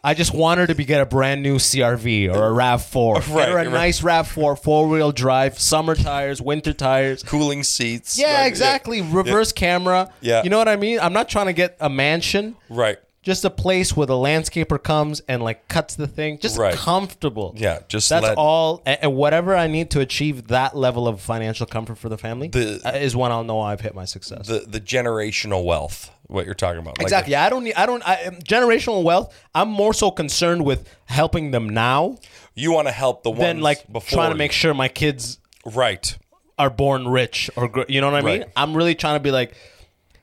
D: I just want her to be get a brand new CRV or a RAV4. Get
C: Right,
D: her a
C: right.
D: nice RAV4, four wheel drive, summer tires, winter tires.
C: Cooling seats.
D: Yeah,
C: like,
D: exactly. Reverse camera.
C: Yeah.
D: You know what I mean? I'm not trying to get a mansion.
C: Right.
D: Just a place where the landscaper comes and like cuts the thing. Just
C: Right.
D: comfortable.
C: Yeah, just
D: that's
C: let-
D: all. a- And whatever I need to achieve that level of financial comfort for the family
C: The-
D: uh, is when I'll know I've hit my success.
C: The the generational wealth. What you're talking about. Like,
D: exactly. I don't need. I don't. I, um, generational wealth. I'm more so concerned with helping them now
C: you want to help the ones
D: than like
C: before
D: trying to
C: you.
D: make sure my kids
C: right.
D: are born rich or gr- you know what I mean?
C: Right.
D: I'm really trying to be like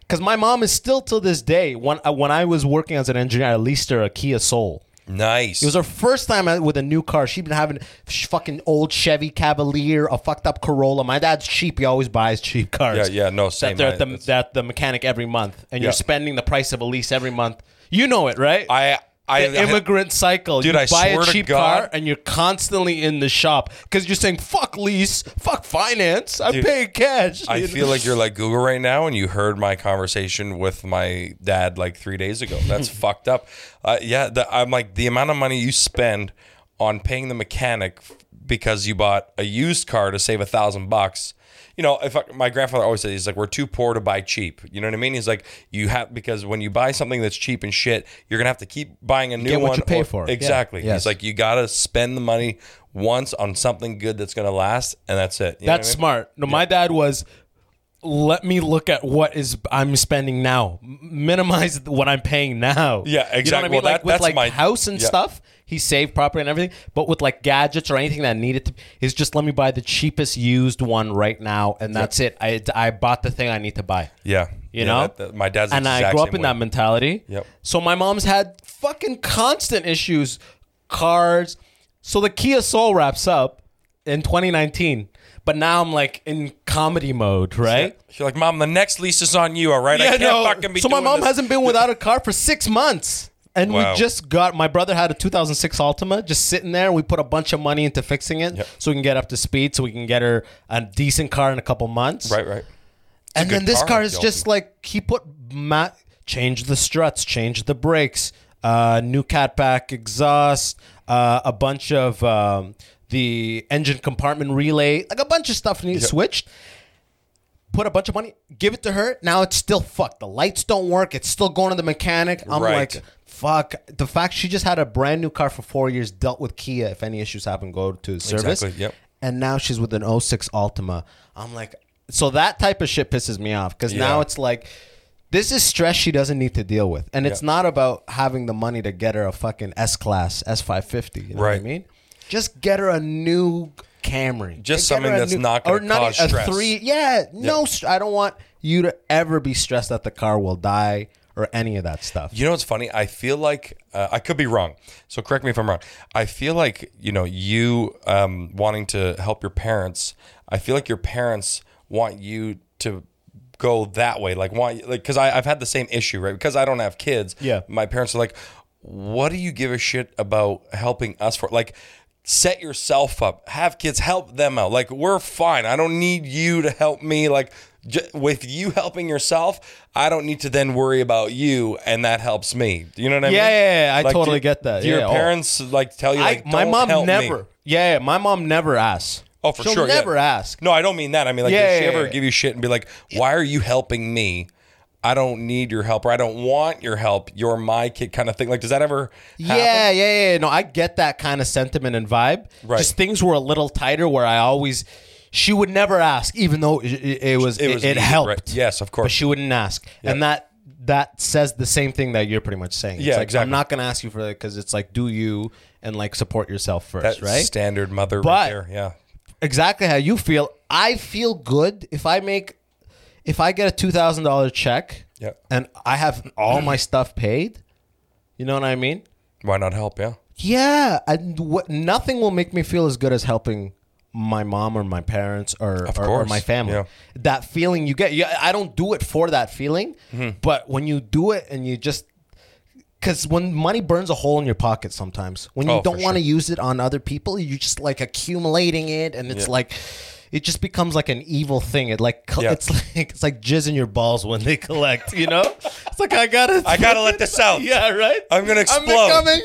D: cuz my mom is still till this day when uh, when I was working as an engineer I leased her a Kia Soul.
C: Nice.
D: It was her first time out with a new car. She'd been having sh- fucking old Chevy Cavalier, a fucked up Corolla. My dad's cheap. He always buys cheap cars.
C: Yeah, yeah, no, same.
D: That they're
C: I-
D: at the,
C: that's-
D: that the mechanic every month, and you're
C: Yeah.
D: spending the price of a lease every month. You know it, right?
C: I I
D: the immigrant cycle.
C: Dude,
D: you
C: I
D: buy
C: swear
D: a
C: to
D: cheap
C: God-
D: car and you're constantly in the shop because you're saying fuck lease, fuck finance. I'm
C: Dude,
D: paying cash.
C: I
D: you know?
C: feel like you're like Google right now, and you heard my conversation with my dad like three days ago. That's fucked up. Uh, yeah, the, I'm like the amount of money you spend on paying the mechanic f- because you bought a used car to save a thousand bucks. You know, if I, my grandfather always said he's like, we're too poor to buy cheap. You know what I mean? He's like, you have because when you buy something that's cheap and shit, you're gonna have to keep buying a new
D: get what
C: one.
D: you pay for. Yeah.
C: Exactly.
D: Yes.
C: He's like, you gotta spend the money once on something good that's gonna last, and that's it. You know what I
D: That's
C: mean?
D: smart. No, my dad was. Let me look at what is I'm spending now. M- Minimize what I'm paying now.
C: Yeah,
D: You know what I
C: exactly.
D: mean?
C: Well,
D: like
C: that-
D: with
C: that's
D: like
C: my-
D: house and
C: yeah.
D: stuff, he saved property and everything. But with like gadgets or anything that needed to, is just let me buy the cheapest used one right now, and that's it. I I bought the thing I need to buy.
C: Yeah, Yeah,
D: You know,
C: that- that- my dad's the
D: and I
C: exact
D: grew up
C: same
D: in
C: way.
D: that mentality.
C: Yep.
D: So my mom's had fucking constant issues, cars. So the Kia Soul wraps up in 2019, but now I'm like in comedy mode, right?
C: You're like, mom, the next lease is on you, all right? I can't
D: no.
C: fucking be
D: so my
C: doing
D: mom
C: this."
D: hasn't been without a car for six months. And
C: Wow.
D: we just got my brother had a 2006 Altima just sitting there. We put a bunch of money into fixing it
C: Yep.
D: so we can get up to speed, so we can get her a decent car in a couple months.
C: Right, right.
D: and
C: good
D: then this
C: car,
D: car is
C: Dalton.
D: just like he put ma- change the struts, change the brakes, uh, new catback exhaust, uh, a bunch of um, the engine compartment relay, like a bunch of stuff needs switched. Put a bunch of money, give it to her. Now it's still fucked. The lights don't work. It's still going to the mechanic. I'm
C: Right.
D: like, fuck. The fact she just had a brand new car for four years, dealt with Kia. If any issues happen, go to the service.
C: Exactly, yep.
D: And now she's with an 06 Altima. I'm like, so that type of shit pisses me off because now
C: Yeah.
D: it's like, this is stress she doesn't need to deal with. And it's
C: Yeah.
D: not about having the money to get her a fucking S Class, S550. You know what I
C: Right.
D: mean? Just get her a new Camry.
C: Just
D: Get her
C: something
D: a
C: that's not gonna
D: or
C: cause
D: a
C: stress.
D: Three, yeah, no, str- I don't want you to ever be stressed that the car will die or any of that stuff.
C: You know what's funny? I feel like uh, I could be wrong. So correct me if I'm wrong. I feel like you know you um, wanting to help your parents. I feel like your parents want you to go that way. Like want like because I've had the same issue right because I don't have kids.
D: Yeah.
C: my parents are like, what do you give a shit about helping us for like. Set yourself up. Have kids help them out. Like we're fine. I don't need you to help me. Like j- with you helping yourself, I don't need to then worry about you, and that helps me. You know what I mean?
D: Yeah, yeah, yeah. I totally
C: do-
D: get that.
C: do your
D: Yeah, oh.
C: parents like tell you like
D: I, my
C: "Don't
D: mom
C: help me."
D: never. Yeah, yeah, my mom never asks.
C: Oh, for
D: She'll
C: sure. yeah.
D: never ask.
C: No, I don't mean that. I mean like,
D: Yeah,
C: does she
D: yeah,
C: ever
D: yeah.
C: give you shit and be like, "Why are you helping me? I don't need your help, or I don't want your help. You're my kid," kind of thing. Like, does that ever? Happen?
D: Yeah, yeah, yeah. No, I get that kind of sentiment and vibe.
C: Right.
D: Just things were a little tighter where I always, she would never ask, even though it, it, it was it,
C: was
D: it
C: easy,
D: helped.
C: right. Yes, of course.
D: But she wouldn't ask, and that that says the same thing that you're pretty much saying. It's
C: Yeah,
D: like, I'm
C: exactly.
D: not gonna ask you for it because it's like do you and like support yourself first,
C: That's
D: right?
C: standard mother
D: But-
C: right there. Yeah.
D: exactly how you feel. I feel good if I make if I get a two thousand dollar check
C: Yeah.
D: and I have all my stuff paid. You know what I mean?
C: Why not help? Yeah.
D: Yeah, and what nothing will make me feel as good as helping my mom or my parents or, or, or
C: course,
D: my family.
C: yeah.
D: That feeling
C: Mm-hmm.
D: you get. Yeah, I don't do it for that feeling, but when you do it and you just because when money burns a hole in your pocket sometimes when you
C: Oh,
D: don't
C: for
D: want to
C: sure.
D: use it on other people you're just like accumulating it and it's like it just becomes like an evil thing it like co-
C: Yeah.
D: it's like it's like jizz in your balls when they collect you know it's like i gotta
C: I gotta let this out.
D: yeah right
C: I'm gonna explode.
D: becoming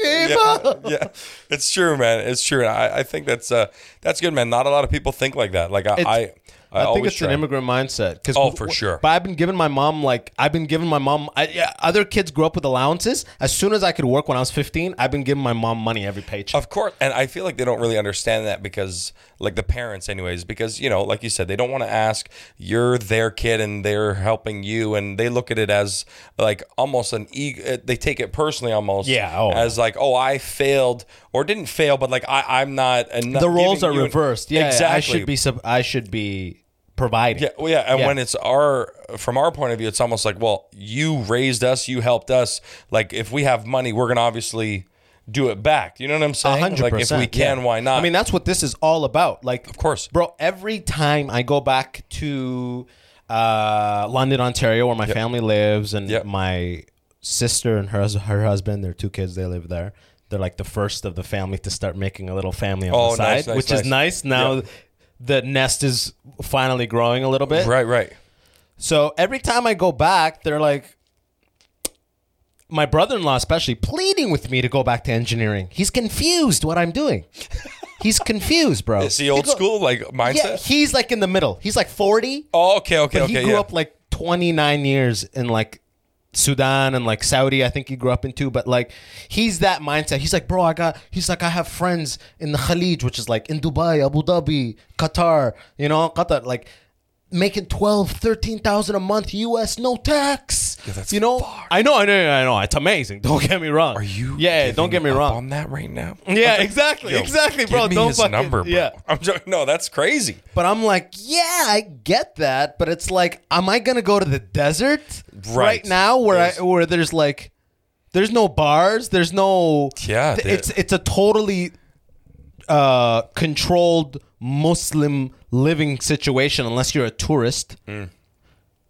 D: evil.
C: Yeah, yeah, it's true, man. It's true. I, I think that's uh that's good, man. Not a lot of people think like that. Like I,
D: It's-
C: I, I,
D: I, think
C: always
D: it's
C: try.
D: an immigrant mindset. 'cause
C: Oh,
D: w-
C: for
D: w-
C: sure.
D: But I've been giving my mom like I've been giving my mom. I, yeah, other kids grew up with allowances. As soon as I could work when I was fifteen, I've been giving my mom money every paycheck.
C: Of course, and I feel like they don't really understand that because, like the parents, anyways, because you know, like you said, they don't want to ask. You're their kid, and they're helping you, and they look at it as like almost an ego. They take it personally, almost.
D: Yeah, oh.
C: As like, oh, I failed or didn't fail, but like I, I'm not. enough-
D: the roles are
C: giving you an-
D: reversed. Yeah,
C: exactly.
D: I should be. Sub- I should be providing.
C: Yeah, well, yeah, and
D: Yeah.
C: when it's our from our point of view, it's almost like, well, you raised us, you helped us. Like if we have money, we're gonna obviously do it back. You know what I'm
D: A
C: saying?
D: hundred
C: Like if
D: percent.
C: we can,
D: yeah.
C: why not?
D: I mean, that's what this is all about. Like, of
C: course.
D: bro. Every time I go back to uh, London, Ontario, where my family lives, and
C: Yep.
D: my sister and her hus- her husband, their two kids, they live there. They're like the first of the family to start making a little family on
C: Oh, nice,
D: the side,
C: nice,
D: which is
C: nice.
D: nice. Now
C: Yeah.
D: the nest is finally growing a little bit.
C: right, right.
D: So every time I go back, they're like, my brother in law, especially, pleading with me to go back to engineering. He's confused what I'm doing. He's confused, bro.
C: It's the old
D: He go-
C: school like
D: Yeah,
C: mindset.
D: he's like in the middle. He's like 40,
C: oh, okay, okay,
D: but
C: okay.
D: he grew
C: yeah.
D: up like 29 years in like Sudan and like Saudi, I think he grew up into. But like, he's that mindset. He's like, bro, I got, he's like, I have friends in the Khalid, which is like in Dubai, Abu Dhabi, Qatar, you know, Qatar, like making 12, 13,000 a month US, no tax.
C: that's
D: you know, I know, I know, I know. It's amazing. Don't get me wrong. Are
C: You
D: Yeah, don't get
C: giving
D: me
C: up
D: wrong.
C: on that right now.
D: Yeah, exactly,
C: Yo,
D: exactly, bro.
C: Give me
D: don't
C: his
D: fucking,
C: number, bro.
D: Yeah,
C: I'm joking. No, that's crazy,
D: but I'm like, yeah, I get that, but it's like, am I gonna go to the desert right,
C: Right.
D: now where
C: There's-
D: I where there's like, there's no bars, there's no
C: Yeah,
D: th-
C: there-
D: it's it's a totally uh controlled Muslim living situation unless you're a tourist.
C: Mm.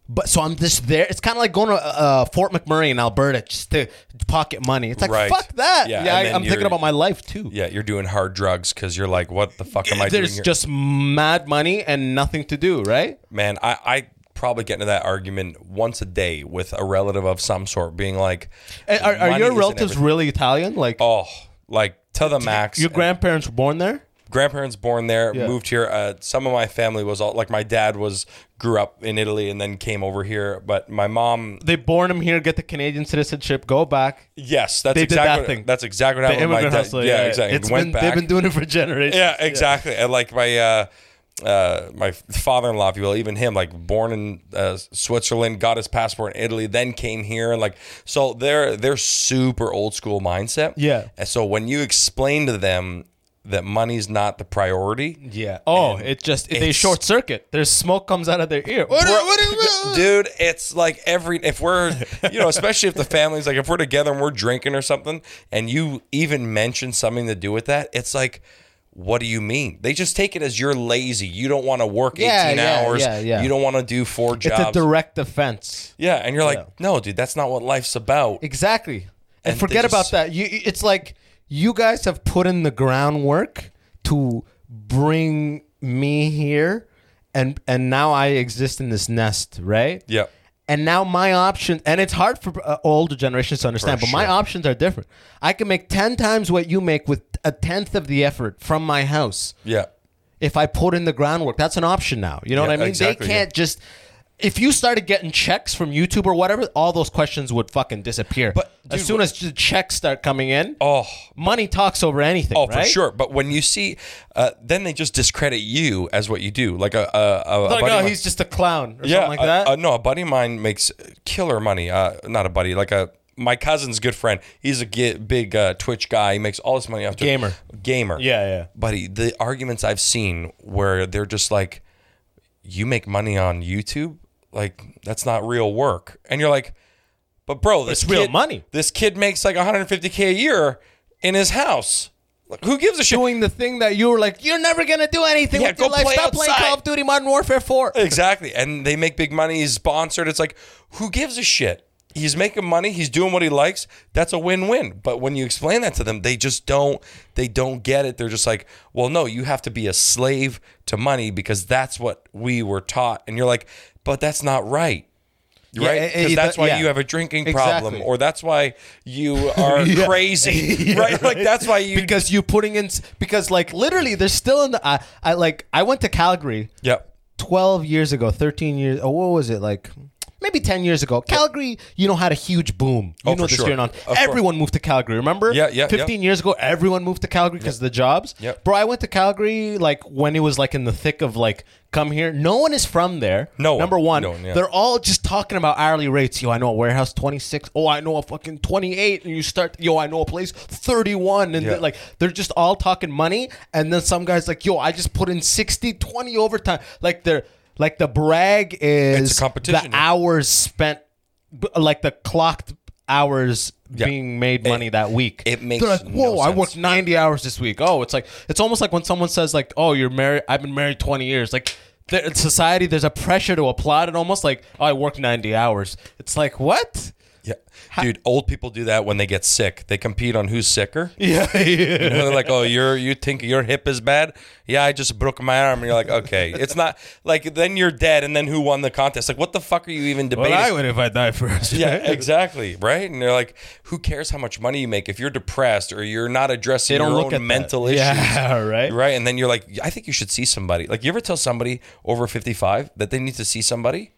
D: But so I'm just there. It's kind of like going to uh, Fort McMurray in Alberta just to pocket money. It's like
C: Right.
D: fuck that.
C: Yeah,
D: Yeah,
C: and
D: I,
C: then
D: I'm thinking
C: you're-
D: about my life too.
C: Yeah, you're doing hard drugs because you're like, what the fuck am I doing?
D: There's
C: here?
D: just mad money and nothing to do, right?
C: man, I, I probably get into that argument once a day with a relative of some sort, being like,
D: And Eh, Are, are
C: money
D: your
C: isn't
D: relatives
C: everything.
D: really Italian? Like
C: Oh, like to the max.
D: your grandparents were born there?
C: grandparents born there,
D: Yeah.
C: moved here. Uh, some of my family was all like my dad was grew up in Italy and then came over here, but my mom,
D: They born him here, get the Canadian citizenship, go back.
C: yes, that's
D: They did
C: exactly
D: that
C: what,
D: thing.
C: that's exactly what
D: The
C: happened. with
D: immigrant
C: my dad.
D: hustle,
C: yeah, exactly.
D: It's
C: Went
D: been,
C: back.
D: they've been doing it for generations.
C: Yeah, exactly. And like my uh, uh, my father-in-law, if you will, even him, like born in uh, Switzerland, got his passport in Italy, then came here, and like so they're they're super old school mindset.
D: Yeah.
C: And so when you explain to them that money's not the priority,
D: Yeah. Oh, it just they
C: it's-
D: short circuit. There's smoke comes out of their ear. What,
C: Bro-
D: what- what-
C: dude, it's like every if we're you know, especially if the family's like if we're together and we're drinking or something, and you even mention something to do with that, it's like. What do you mean? They just take it as you're lazy. You don't want to work 18
D: Yeah, yeah,
C: hours.
D: yeah, yeah.
C: You don't want to do four
D: It's
C: jobs.
D: a direct offense.
C: yeah, and you're like, no, dude, that's not what life's about.
D: Exactly. And,
C: And they
D: forget
C: just-
D: about that. You it's like you guys have put in the groundwork to bring me here and and now I exist in this nest, right?
C: Yep.
D: And now my options, and it's hard for uh, older generations to understand,
C: For
D: but my
C: sure.
D: options are different. I can make 10 times what you make with a tenth of the effort from my house
C: Yeah.
D: if I put in the groundwork. That's an option now. You know
C: Yeah,
D: what I mean?
C: exactly,
D: they can't just. If you started getting checks from YouTube or whatever, all those questions would fucking disappear.
C: But, dude,
D: as soon
C: what-
D: as the checks start coming in,
C: Oh.
D: money talks over anything.
C: Oh,
D: right?
C: for sure. But when you see, uh, then they just discredit you as what you do. Like a, a, a, a
D: Like,
C: buddy of
D: oh,
C: mine-
D: he's just a clown or something like
C: a-
D: that.
C: a- uh, no, a buddy of mine makes killer money. Uh, not a buddy, like a my cousin's good friend. He's a gi- big uh, Twitch guy. He makes all this money off Twitch.
D: Gamer.
C: gamer.
D: Yeah, yeah.
C: But he, the arguments I've seen where they're just like, "You make money on YouTube? Like that's not real work." And you're like, "But bro, this
D: It's real
C: kid-
D: money."
C: This kid makes like 150k a year in his house. Like, who gives a shit?"
D: Doing the thing that you were like, you're never gonna do anything
C: Yeah,
D: with your
C: go
D: life.
C: play
D: Stop playing
C: outside."
D: Call of Duty Modern Warfare 4.
C: exactly. And they make big money. He's sponsored. It's like, who gives a shit? he's making money, he's doing what he likes. That's a win-win. But when you explain that to them, they just don't they don't get it. They're just like, "Well, no, you have to be a slave to money because that's what we were taught." And you're like, "But that's not right."
D: Yeah,
C: right?
D: it-
C: Because
D: it-
C: that's why
D: yeah.
C: you have a drinking problem,
D: Exactly.
C: or that's why you are crazy, right? Like that's why you.
D: because you putting in s- because like literally they're still in the I, I like I went to Calgary
C: yep.
D: 12 years ago, 13 years, oh, what was it like? Maybe 10 years ago, Calgary, you know, had a huge boom. You
C: Uh, Oh,
D: know
C: for
D: this
C: sure.
D: year and on.
C: Of course.
D: Everyone moved to Calgary, remember?
C: Yeah, yeah, yeah.
D: 15 years ago, everyone moved to Calgary because of the jobs.
C: Yeah.
D: Bro, I went to Calgary like when it was like in the thick of like, come here. No one is from there.
C: No one.
D: Number one,
C: No one, yeah.
D: they're all just talking about hourly rates. Yo, I know a warehouse 26. Oh, I know a fucking 28. And you start, yo, I know a place 31. And
C: Yeah.
D: they're like, they're just all talking money and then some guys like yo i just put in 60 20 overtime like they're like the brag is
C: It's a competition,
D: the
C: yeah.
D: hours spent b- like the clocked hours
C: Yeah. Eh,
D: being made money that week
C: it makes
D: they're like whoa
C: no
D: i worked
C: sense."
D: 90 hours this week oh it's like it's almost like when someone says like oh you're married i've been married 20 years like there, in society there's a pressure to applaud it almost like oh i worked 90 hours it's like what
C: Yeah. Dude, old people do that when they get sick. They compete on who's sicker.
D: yeah, yeah.
C: You know, they're like, "Oh, you're you think your hip is bad? Yeah, I just broke my arm." And you're like, "Okay, it's not like then you're dead." And then who won the contest? Like, what the fuck are you even debating?
D: would if i die first
C: yeah, exactly, right? And they're like, "Who cares how much money you make if you're depressed or you're not addressing
D: they don't
C: your
D: look
C: own
D: at that.
C: mental issues?"
D: yeah right
C: Right, and then you're like, "I think you should see somebody." Like, you ever tell somebody over 55 that they need to see somebody?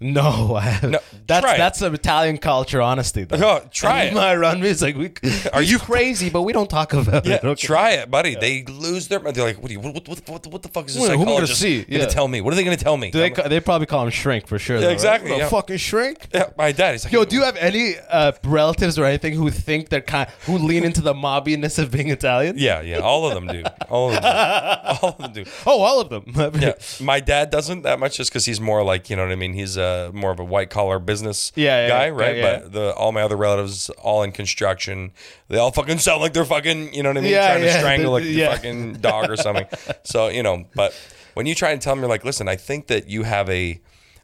D: No, I
C: No,
D: that's
C: try it.
D: that's an Italian culture, honesty. Though.
C: No, try it.
D: My run is like, we,
C: Are
D: are
C: you-
D: you crazy? But we don't talk about
C: Yeah,
D: it. okay?
C: try it, buddy. They lose their. They're like, what, do you, what, what, what, what the fuck is this
D: Who am I gonna
C: psychologist
D: see?
C: gonna
D: Yeah.
C: tell me? What are they gonna tell me?
D: Do they,
C: I'm
D: ca- they probably call him shrink for sure. though, right?
C: exactly,
D: Little
C: yeah.
D: Fucking shrink.
C: Yeah, my dad. He's like,
D: Yo, do you have any uh, relatives or anything who think they're kind, who lean into the mobbiness of being Italian?
C: Yeah, yeah. All of them do. All of them. do. All of them do.
D: Oh, all of them.
C: Yeah, my dad doesn't that much just because he's more like you know what I mean. He's uh, more of a white collar business
D: Yeah, yeah,
C: guy,
D: yeah,
C: right?
D: yeah.
C: But the all my other relatives, all in construction, they all fucking sound like they're fucking you know what I mean,
D: Yeah,
C: trying to
D: yeah.
C: strangle like
D: Yeah.
C: the fucking dog or something. so you know, but when you try and tell them, you're like, listen, I think that you have a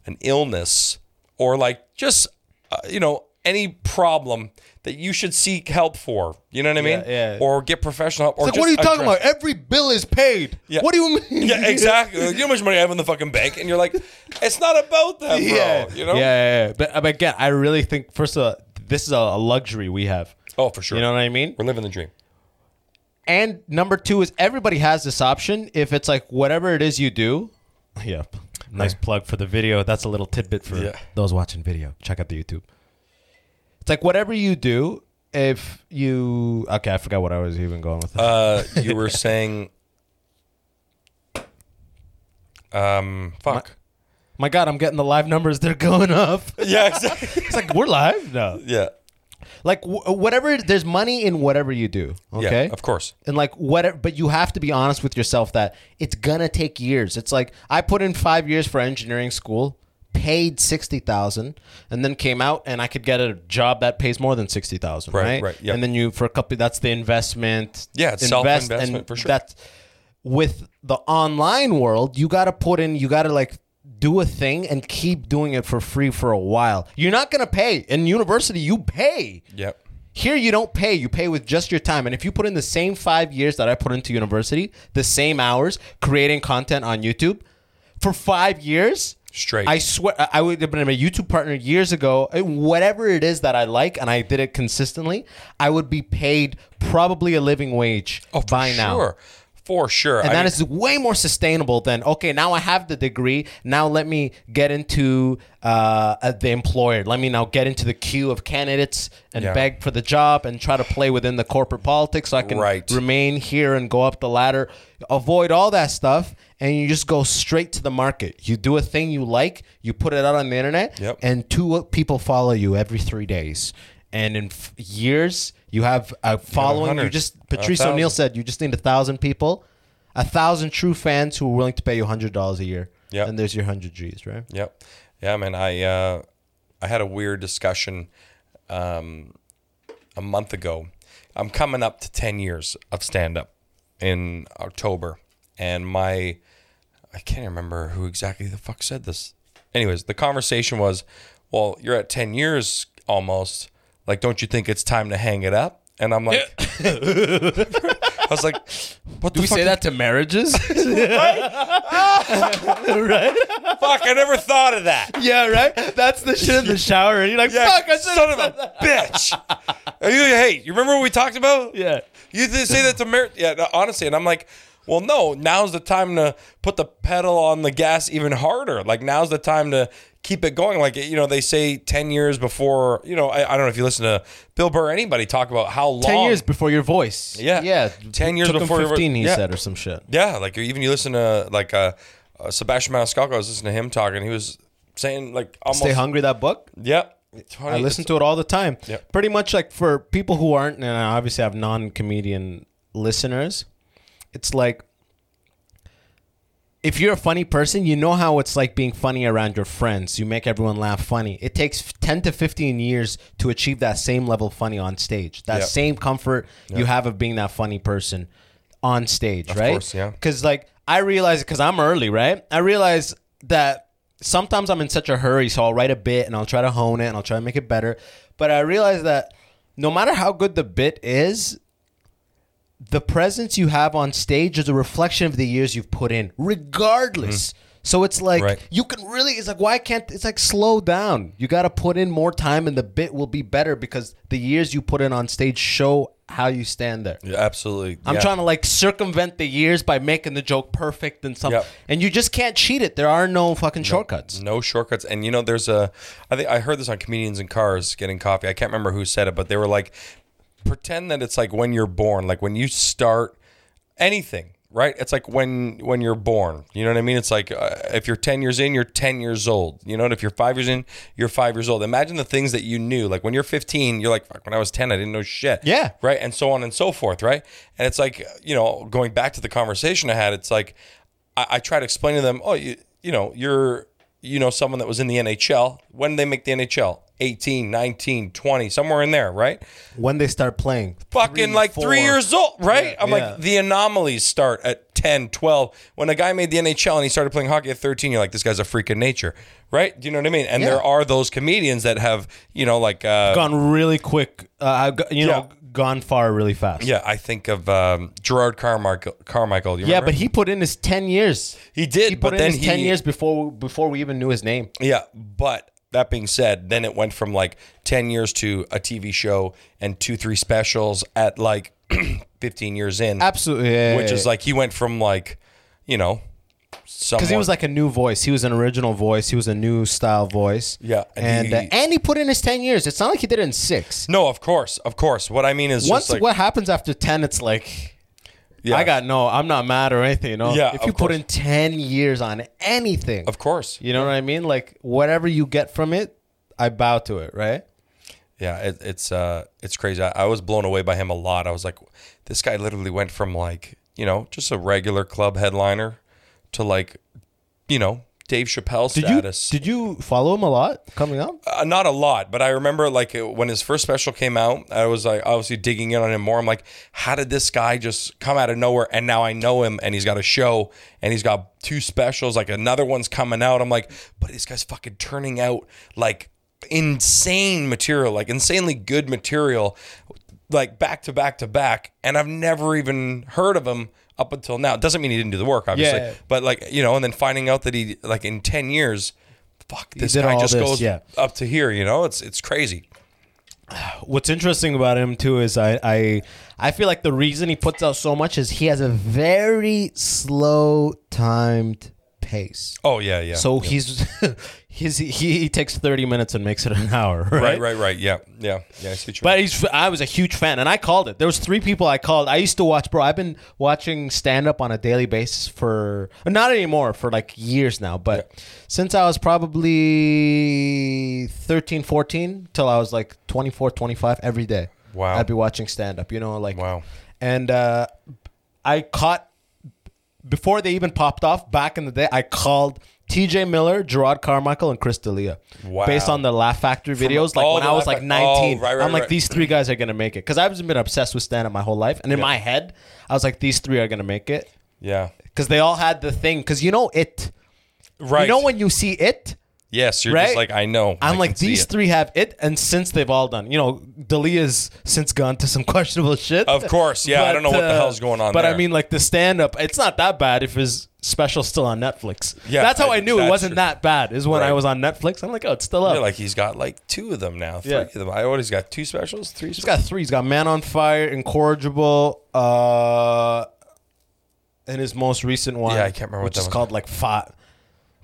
C: an illness or like just uh, you know any problem that you should seek help for. You know what I mean?
D: yeah.
C: Or get professional help. Or
D: Like, what are you
C: just
D: talking
C: address-
D: about? Every bill is paid.
C: Yeah.
D: What do you mean?
C: yeah, exactly. Like, you know how much money I have in the fucking bank, and you're like, it's not about that, bro.
D: Yeah,
C: You know?
D: Yeah, yeah, yeah. But, but again, I really think first of all, this is a, a luxury we have.
C: Oh, for sure.
D: You know what I mean?
C: We're living the dream.
D: And number two is everybody has this option if it's like whatever it is you do. Yep. Nice plug for the video. That's a little tidbit for
C: Yeah.
D: those watching video. Check out the YouTube. It's like whatever you do, if you okay, I forgot what I was even going with.
C: Uh, you were saying, um, fuck.
D: My God, I'm getting the live numbers. They're going up.
C: yeah, exactly.
D: It's like we're live now.
C: Yeah.
D: Like wh- whatever, there's money in whatever you do. Okay,
C: Yeah, of course.
D: and like whatever but you have to be honest with yourself that it's gonna take years it's like i put in five years for engineering school paid 60000 and then came out and i could get a job that pays more than 60000
C: Right,
D: right
C: right, yeah.
D: and then you for a couple that's the investment
C: Yeah, it's self-investment for sure.
D: that's with the online world you gotta put in you gotta like do a thing and keep doing it for free for a while you're not gonna pay in university you pay
C: Yep.
D: here you don't pay, you pay with just your time. And if you put in the same 5 years that I put into university, the same hours creating content on YouTube for 5 years,
C: Straight.
D: I swear I- I would have been a YouTube partner years ago, whatever it is that I like and I did it consistently, I would be paid probably a living wage
C: Oh, for
D: by
C: sure.
D: now.
C: For sure.
D: And
C: I
D: that
C: mean,
D: is way more sustainable than okay. Now I have the degree. Now let me get into uh, uh, the employer. Let me now get into the queue of candidates and
C: Yeah.
D: beg for the job and try to play within the corporate politics so I can
C: Right.
D: remain here and go up the ladder. Avoid all that stuff, and you just go straight to the market. You do a thing you like. You put it out on the internet,
C: Yep.
D: and two people follow you every three days. And in f- years, you have a following. You
C: hundred,
D: just
C: a
D: Patrice O'Neill
C: thousand.
D: said you just need a thousand people, a thousand true fans who are willing to pay you hundred dollars a year.
C: Yeah.
D: and there's your hundred G's, right?
C: Yep. Yeah, man. I uh, I had a weird discussion um, a month ago. I'm coming up to 10 years of stand up in October. And my, I can't remember who exactly the fuck said this. Anyways, the conversation was, well, you're at 10 years almost like, don't you think it's time to hang it up? And I'm like, I was like, what
E: Do
C: the
E: we
C: fuck?
E: say that to marriages?
C: Fuck, I never thought of that.
D: yeah, right. That's the shit in the shower, and you're like,
C: Yeah,
D: "Fuck, I should."
C: son of a bitch. Are you- hey, you remember what we talked about?
D: Yeah.
C: You did say that to Mer. Yeah, no, honestly, and I'm like, well, no. Now's the time to put the pedal on the gas even harder. Like now's the time to keep it going. Like you know, they say ten years before. You know, I, I don't know if you listen to Bill Burr, or anybody talk about how long.
D: Ten years before your voice.
C: Yeah.
D: yeah.
C: 10 years
D: Took him
C: before your vo-
D: fifteen. he
C: Yeah.
D: said or some shit.
C: Yeah, like even you listen to like uh, uh, Sebastian Maniscalco. I was listening to him talking. He was saying like almost.
D: Stay hungry. That book.
C: Yeah.
D: I listen to it all the time.
C: Yeah.
D: Pretty much like for people who aren't, and I obviously have non comedian listeners, it's like if you're a funny person, you know how it's like being funny around your friends. You make everyone laugh funny. It takes f- 10 to 15 years to achieve that same level of funny on stage, that
C: Yeah.
D: same comfort you have of being that funny person on stage, right?
C: course, yeah.
D: Because like I realize, because I'm early, right? I realize that sometimes I'm in such a hurry, so I'll write a bit and I'll try to hone it and I'll try to make it better. But I realize that no matter how good the bit is, the presence you have on stage is a reflection of the years you've put in, regardless. So it's like
C: Mm. Right.
D: you can really. It's like why can't? It's like slow down. You got to put in more time, and the bit will be better because the years you put in on stage show how you stand there.
C: Yeah, absolutely.
D: I'm
C: yeah.
D: trying to like circumvent the years by making the joke perfect and something.
C: Yep.
D: And you just can't cheat it. There are no fucking shortcuts.
C: No shortcuts. And you know, there's a. I think I heard this on comedians in cars getting coffee. I can't remember who said it, but they were like, pretend that it's like when you're born, like when you start anything, right? It's like when when you're born. You know what I mean? It's like uh, if you're 10 years in, you're 10 years old. You know, and if you're 5 years in, you're 5 years old. Imagine the things that you knew. Like when you're 15, you're like, fuck, when I was 10, I didn't know shit.
D: Yeah.
C: Right? And so on and so forth, right? And it's like, you know, going back to the conversation I had, it's like I, I try to explain to them, "Oh, you you know, you're you know someone that was in the NHL. When did they make the NHL? 18, 19, 20, somewhere in there, right?
D: When they start playing,
C: fucking like
D: four.
C: three years old, right? I'm
D: yeah.
C: like, the anomalies start at 10, 12. When a guy made the NHL and he started playing hockey at 13, you're like, this guy's a freak of nature, right? Do you know what I mean? And
D: Yeah.
C: there are those comedians that have, you know, like, uh,
D: gone really quick. Uh, I've got- you know,
C: Yeah.
D: gone far really fast.
C: yeah, I think of um, Gerard Carmichael. Carmichael, you
D: Yeah,
C: remember
D: but
C: him?
D: he put in his ten years.
C: He did,
D: He put
C: but
D: in
C: then
D: his
C: he,
D: ten years before before we even knew his name.
C: Yeah, but that being said, then it went from like 10 years to a TV show and two, three specials at like 15 years in.
D: Absolutely, yeah,
C: Which is like, he went from like, you know,
D: because
C: someone.
D: he was like a new voice. He was an original voice. He was a new style voice.
C: Yeah,
D: and
C: and
D: and, uh,
C: he-
D: and he put in his ten years. It's not like he did it in six.
C: No, of course, of course. What I mean is
D: Once
C: just like,
D: what happens after ten, it's like
C: Yeah.
D: I got no. I'm not mad or anything. You know,
C: Yeah,
D: if
C: of
D: you put
C: course.
D: in ten years on anything,
C: of course,
D: you know what I mean. Like whatever you get from it, I bow to it. Right.
C: yeah. It, it's uh, it's crazy. I, I was blown away by him a lot. I was like, this guy literally went from like you know just a regular club headliner to like you know Dave Chappelle
D: Did
C: status.
D: you did you follow him a lot coming up?
C: uh, not a lot, but I remember like uh, when his first special came out, I was like obviously digging in on him more. I'm like, how did this guy just come out of nowhere? And now I know him, and he's got a show, and he's got two specials. Like another one's coming out. I'm like, but this guy's fucking turning out like insane material, like insanely good material, like back to back to back. And I've never even heard of him up until now. Doesn't mean he didn't do the work, obviously,
D: yeah.
C: but like you know, and then finding out that he like in ten years. Fuck, this
D: did
C: guy
D: all
C: just
D: this,
C: goes
D: yeah.
C: up to here. You know, it's it's crazy.
D: what's interesting about him too is I, I I feel like the reason he puts out so much is he has a very slow timed pace.
C: Oh yeah, yeah.
D: So he's he's he, he takes thirty minutes and makes it an hour, right?
C: right, right, right. Yeah, yeah, yeah. I see what you
D: But
C: mean.
D: he's I was a huge fan and I called it. There was three people I called. I used to watch, bro. I've been watching stand up on a daily basis for not anymore for like years now, but since I was probably 13, 14 till I was like 24, 25 every day.
C: Wow.
D: I'd be watching stand up, you know, like
C: Wow.
D: And uh I caught before they even popped off back in the day, I called TJ Miller, Gerard Carmichael, and Chris D'Elia.
C: Wow.
D: Based on the Laugh Factory videos, like
C: all
D: when
C: the
D: I was
C: Laugh
D: like
C: Fac-
D: 19.
C: Oh, right, right,
D: I'm like,
C: right.
D: these three guys are going to make it. Because I've just been obsessed with stand up my whole life. And in my head, I was like, these three are going to make it.
C: yeah,
D: Because they all had the thing. Because you know it.
C: right.
D: You know when you see it,
C: Yes, you're
D: Right?
C: just like I know.
D: I'm
C: I
D: like
C: can see
D: these
C: it."
D: three have it, and since they've all done, you know, Dalia's since gone to some questionable shit. uh,
C: Of course, yeah, I don't know what the hell's going on
D: But I
C: there.
D: mean, like the stand up, it's not that bad if his special's still on Netflix.
C: Yeah,
D: that's how I,
C: I-
D: knew it
C: that's
D: wasn't
C: true.
D: that bad. Is when I
C: Right.
D: was on Netflix, I'm like, oh, it's still up.
C: You're like he's got like two of them now, three
D: Yeah.
C: of them. I always got two specials, three.
D: He's
C: Specials.
D: got three. He's got Man on Fire, Incorrigible, uh, and his most recent one.
C: Yeah, I can't remember what
D: which
C: that
D: is
C: one's
D: called like fa-